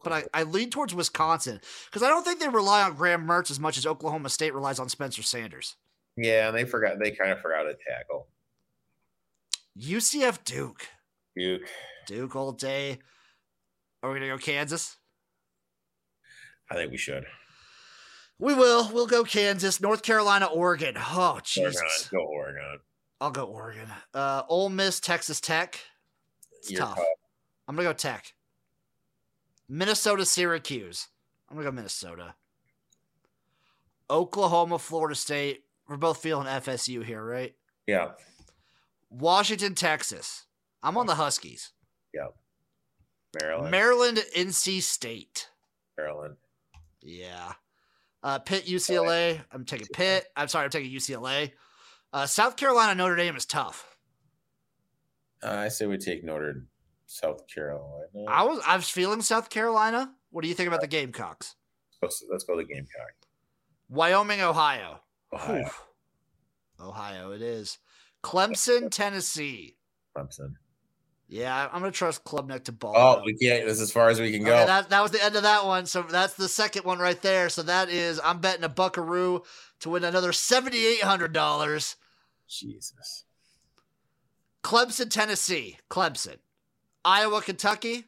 Speaker 1: But I, I lean towards Wisconsin because I don't think they rely on Graham Mertz as much as Oklahoma State relies on Spencer Sanders.
Speaker 2: yeah, and they forgot. They kind of forgot to tackle
Speaker 1: UCF, Duke,
Speaker 2: Duke.
Speaker 1: Duke all day. Are we gonna go Kansas?
Speaker 2: I think we should.
Speaker 1: We will. We'll go Kansas, North Carolina, Oregon. Oh
Speaker 2: Oregon,
Speaker 1: Jesus,
Speaker 2: go Oregon.
Speaker 1: I'll go Oregon. Uh, Ole Miss, Texas Tech. It's
Speaker 2: You're
Speaker 1: tough.
Speaker 2: tough.
Speaker 1: I'm gonna go Tech. Minnesota, Syracuse. I'm gonna go Minnesota. Oklahoma, Florida State. We're both feeling FSU here, right?
Speaker 2: Yeah.
Speaker 1: Washington, Texas. I'm on the Huskies.
Speaker 2: Maryland.
Speaker 1: Maryland, NC State.
Speaker 2: Maryland.
Speaker 1: Yeah. Uh, Pitt, UCLA. I'm taking Pitt. I'm sorry, I'm taking UCLA. Uh, South Carolina, Notre Dame is tough.
Speaker 2: Uh, I say we take Notre South Carolina.
Speaker 1: I was I was feeling South Carolina. What do you think about the Gamecocks?
Speaker 2: let's, go- let's go to Gamecock.
Speaker 1: Wyoming, Ohio.
Speaker 2: Ohio,
Speaker 1: Oof. (sighs) Ohio, it is. Clemson, Tennessee.
Speaker 2: Clemson.
Speaker 1: Yeah, I'm gonna trust Klubnik to ball.
Speaker 2: Oh,
Speaker 1: out.
Speaker 2: we can't. This is as far as we can
Speaker 1: Okay,
Speaker 2: go.
Speaker 1: that, that was the end of that one. So that's the second one right there. So that is I'm betting a buckaroo to win another seventy eight hundred dollars.
Speaker 2: Jesus.
Speaker 1: Clemson, Tennessee, Clemson, Iowa, Kentucky,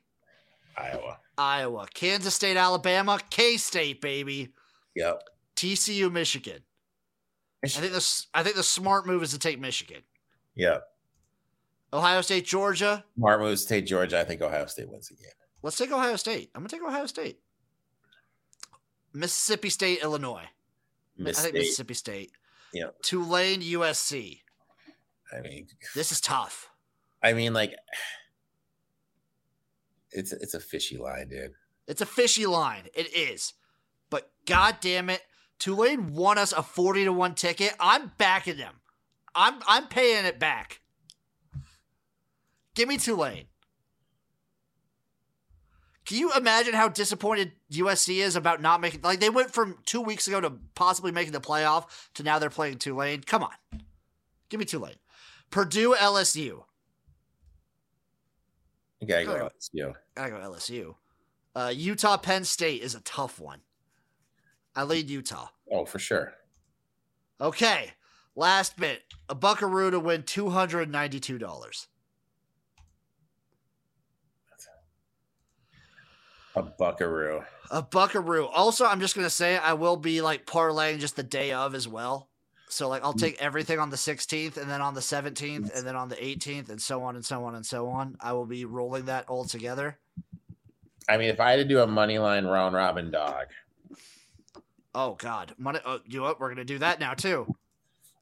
Speaker 2: Iowa.
Speaker 1: Iowa, Kansas State, Alabama, K State, baby,
Speaker 2: Yep.
Speaker 1: TCU, Michigan. I think this. I think the smart move is to take Michigan,
Speaker 2: Yep.
Speaker 1: Ohio State, Georgia.
Speaker 2: Smart moves to take Georgia. I think Ohio State wins the game.
Speaker 1: Let's take Ohio State. I'm gonna take Ohio State. Mississippi State, Illinois.
Speaker 2: Miss
Speaker 1: I think
Speaker 2: State.
Speaker 1: Mississippi State.
Speaker 2: Yeah.
Speaker 1: Tulane, USC.
Speaker 2: I mean,
Speaker 1: This is tough.
Speaker 2: I mean, like, it's it's a fishy line, dude.
Speaker 1: It's a fishy line. It is. But god damn it, Tulane won us a 40 to 1 ticket. I'm backing them. I'm I'm paying it back. Give me Tulane. Can you imagine how disappointed USC is about not making like they went from 2 weeks ago to possibly making the playoff to now they're playing Tulane? Come on. Give me Tulane. Purdue LSU.
Speaker 2: You gotta
Speaker 1: Oh.
Speaker 2: go. You.
Speaker 1: I go LSU. Uh, Utah Penn State is a tough one. I lead Utah.
Speaker 2: Oh, for sure.
Speaker 1: Okay, last bit. A Buckaroo to win two hundred ninety-two dollars.
Speaker 2: A buckaroo.
Speaker 1: A Buckaroo. Also, I'm just gonna say I will be like parlaying just the day of as well. So like I'll take everything on the 16th and then on the 17th and then on the 18th and so on and so on and so on. I will be rolling that all together.
Speaker 2: I mean, if I had to do a money line round robin dog,
Speaker 1: Oh God, Money, oh, you know what? We're gonna do that now too.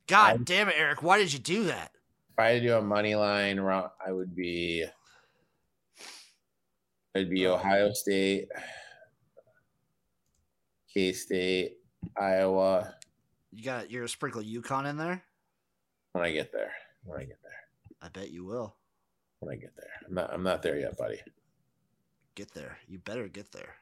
Speaker 1: God
Speaker 2: I'm-
Speaker 1: damn it, Eric! Why did you do that?
Speaker 2: if I had to do a money line round, I would be. It'd be Ohio State, K State, Iowa.
Speaker 1: You got you're gonna sprinkle Yukon in there?
Speaker 2: When I get there, when I get there,
Speaker 1: I bet you will.
Speaker 2: when I get there, I'm not. I'm not there yet, buddy.
Speaker 1: Get there. You better get there.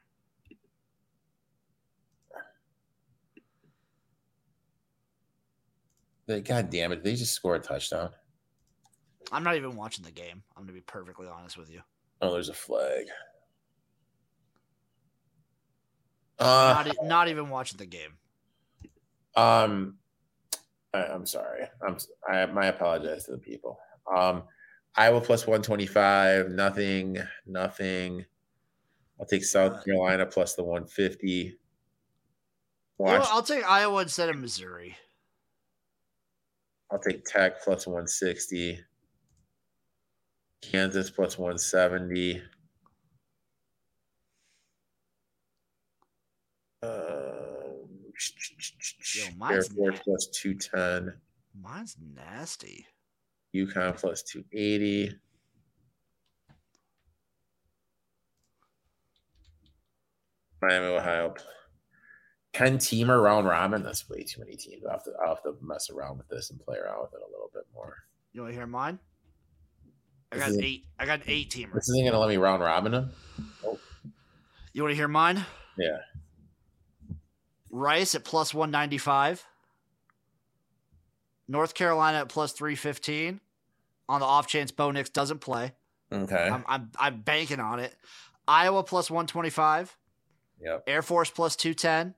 Speaker 2: They- God damn it! They just score a touchdown.
Speaker 1: I'm not even watching the game. I'm gonna be perfectly honest with you.
Speaker 2: Oh, there's a flag. Uh,
Speaker 1: Not, e- not even watching the game.
Speaker 2: um, I, I'm sorry. I'm s- I, my apologize to the people. Um, Iowa plus 125. Nothing. Nothing. I'll take South
Speaker 1: Uh,
Speaker 2: Carolina plus the 150.
Speaker 1: You know
Speaker 2: Watch.
Speaker 1: what? I'll take Iowa instead of Missouri.
Speaker 2: I'll take Tech plus 160. Kansas plus 170. Um, Air
Speaker 1: mine's
Speaker 2: Force
Speaker 1: not-
Speaker 2: plus 210.
Speaker 1: Mine's nasty.
Speaker 2: UConn plus 280. Miami, Ohio. Ten teamer round robin. That's way too many teams. I'll have, to, I'll have to mess around with this and play around with it a little bit more.
Speaker 1: You want to hear mine? I
Speaker 2: This
Speaker 1: got
Speaker 2: is-
Speaker 1: an eight. I got an eight teamer.
Speaker 2: This isn't gonna let me round robin him.
Speaker 1: You want to hear mine?
Speaker 2: Yeah.
Speaker 1: Rice at plus one ninety five. North Carolina at plus three fifteen. On the off chance Bo Nix doesn't play,
Speaker 2: Okay.
Speaker 1: I'm, I'm I'm banking on it. Iowa plus one twenty five.
Speaker 2: yep.
Speaker 1: Air Force plus 210,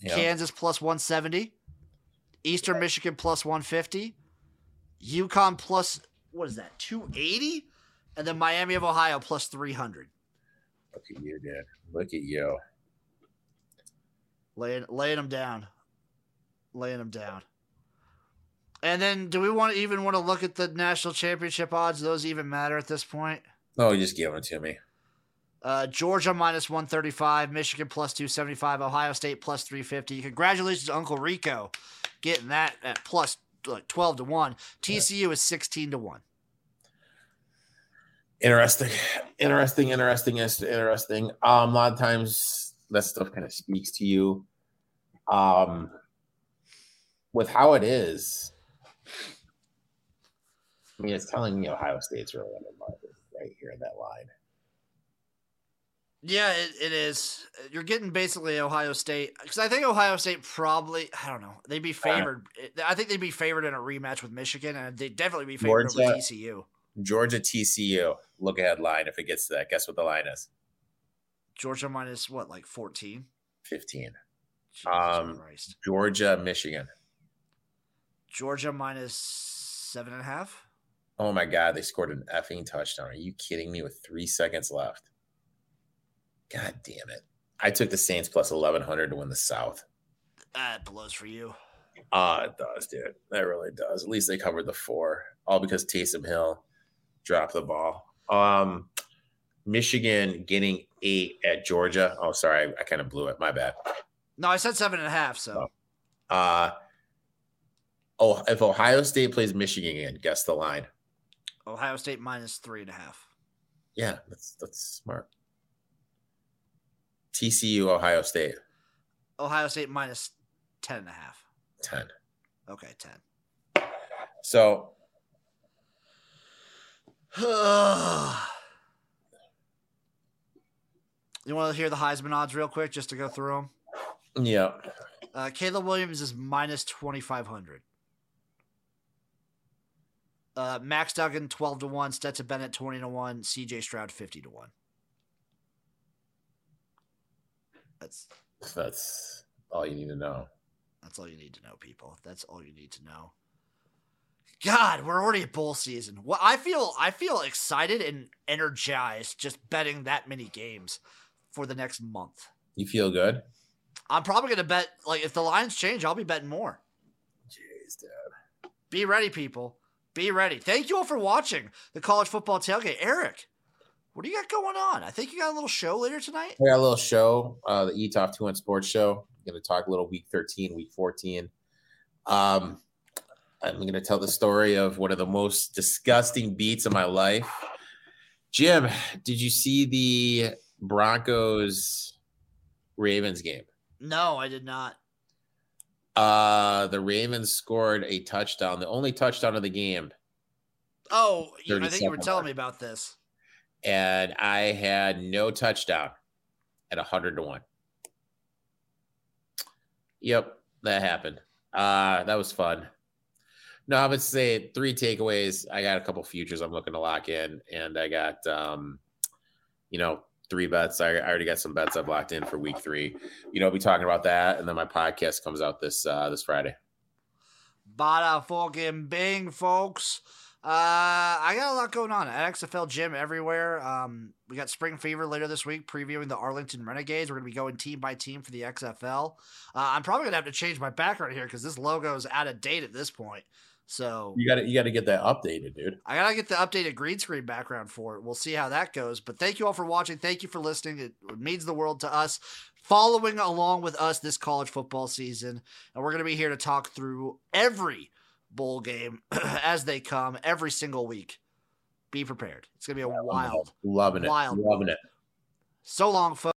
Speaker 2: Yep.
Speaker 1: Kansas plus 170, Eastern Michigan plus 150, Yukon plus what is that? 280 and then Miami of Ohio plus 300.
Speaker 2: Look at you, dude. Look at you.
Speaker 1: Laying laying them down. Laying them down. And then do we want to even want to look at the national championship odds? Do those even matter at this point?
Speaker 2: No, Oh, you just give them to me.
Speaker 1: Uh, Georgia minus 135, Michigan plus 275, Ohio State plus 350. Congratulations, to Uncle Rico, getting that at plus like 12 to 1. TCU is 16 to 1.
Speaker 2: Interesting. Interesting. Interesting. is- Interesting. Um, a lot of times that stuff kind of speaks to you. Um, with how it is, I mean, it's telling me Ohio State's really undermarket right here in that line.
Speaker 1: Yeah, it, it is. You're getting basically Ohio State because I think Ohio State probably, I don't know, they'd be favored. eh, I think they'd be favored in a rematch with Michigan, and they'd definitely be favored
Speaker 2: Georgia.
Speaker 1: over TCU.
Speaker 2: Georgia TCU. Look ahead line. If it gets to that, guess what the line is?
Speaker 1: Georgia minus what, like 14?
Speaker 2: Fifteen.
Speaker 1: Jesus
Speaker 2: Um,
Speaker 1: Christ.
Speaker 2: Georgia, Michigan.
Speaker 1: Georgia minus seven and a half?
Speaker 2: Oh my God, they scored an effing touchdown. Are you kidding me with three seconds left? God damn it. I took the Saints plus 1100 to win the South.
Speaker 1: Ah, it blows for you.
Speaker 2: Ah, it does, dude. That really does. At least they covered the four, all because Taysom Hill dropped the ball. Um, Michigan getting eight at Georgia. Oh, sorry, I, I kind of blew it. My bad.
Speaker 1: No, I said seven and a half. So
Speaker 2: Uh, oh, if Ohio State plays Michigan again, guess the line.
Speaker 1: Ohio State minus three and a half.
Speaker 2: Yeah, that's that's smart. TCU, Ohio State,
Speaker 1: Ohio State minus ten and a half.
Speaker 2: ten.
Speaker 1: Okay, ten.
Speaker 2: So (sighs)
Speaker 1: you want to hear the Heisman odds real quick just to go through them?
Speaker 2: yeah,
Speaker 1: Uh, Caleb Williams is minus 2,500. Uh, Max Duggan, 12 to 1. Stetson Bennett, 20 to 1. CJ Stroud, 50 to 1. That's
Speaker 2: that's all you need to know.
Speaker 1: that's all you need to know, people. That's all you need to know. God, we're already at bowl season. Well, I feel I feel excited and energized just betting that many games for the next month.
Speaker 2: You feel good?
Speaker 1: I'm probably gonna bet like if the lines change, I'll be betting more.
Speaker 2: Jeez, dude.
Speaker 1: Be ready, people. Be ready. Thank you all for watching the college football tailgate. Eric, what do you got going on? I think you got a little show later tonight.
Speaker 2: We got a little show, uh, the ETOF 2 and Sports Show. I'm going to talk a little week 13, week 14. Um, I'm going to tell the story of one of the most disgusting beats of my life. Jim, did you see the Broncos Ravens game?
Speaker 1: No, I did not.
Speaker 2: Uh, the Ravens scored a touchdown, the only touchdown of the game.
Speaker 1: Oh, you, I
Speaker 2: 30
Speaker 1: think you were
Speaker 2: seconds.
Speaker 1: telling me about this.
Speaker 2: And I had no touchdown at 100 to 1. Yep, that happened. Uh, that was fun. No, I'm gonna say three takeaways. I got a couple futures I'm looking to lock in, and I got um, you know, three bets. I, I already got some bets I've locked in for week three. You know, I'll be talking about that, and then my podcast comes out this uh this Friday.
Speaker 1: Bada fucking bing, folks. Uh, I got a lot going on at XFL Gym everywhere. Um, we got Spring Fever later this week, previewing the Arlington Renegades. We're gonna be going team by team for the XFL. Uh, I'm probably gonna have to change my background here because this logo is out of date at this point. So
Speaker 2: You gotta you gotta get that updated, dude.
Speaker 1: I gotta get the updated green screen background for it. We'll see how that goes. But thank you all for watching. Thank you for listening. It means the world to us. Following along with us this college football season, and we're gonna be here to talk through every bowl game (clears throat) as they come every single week. Be prepared. It's gonna be a wild.
Speaker 2: Loving it.
Speaker 1: Wild.
Speaker 2: Loving it.
Speaker 1: So long, folks.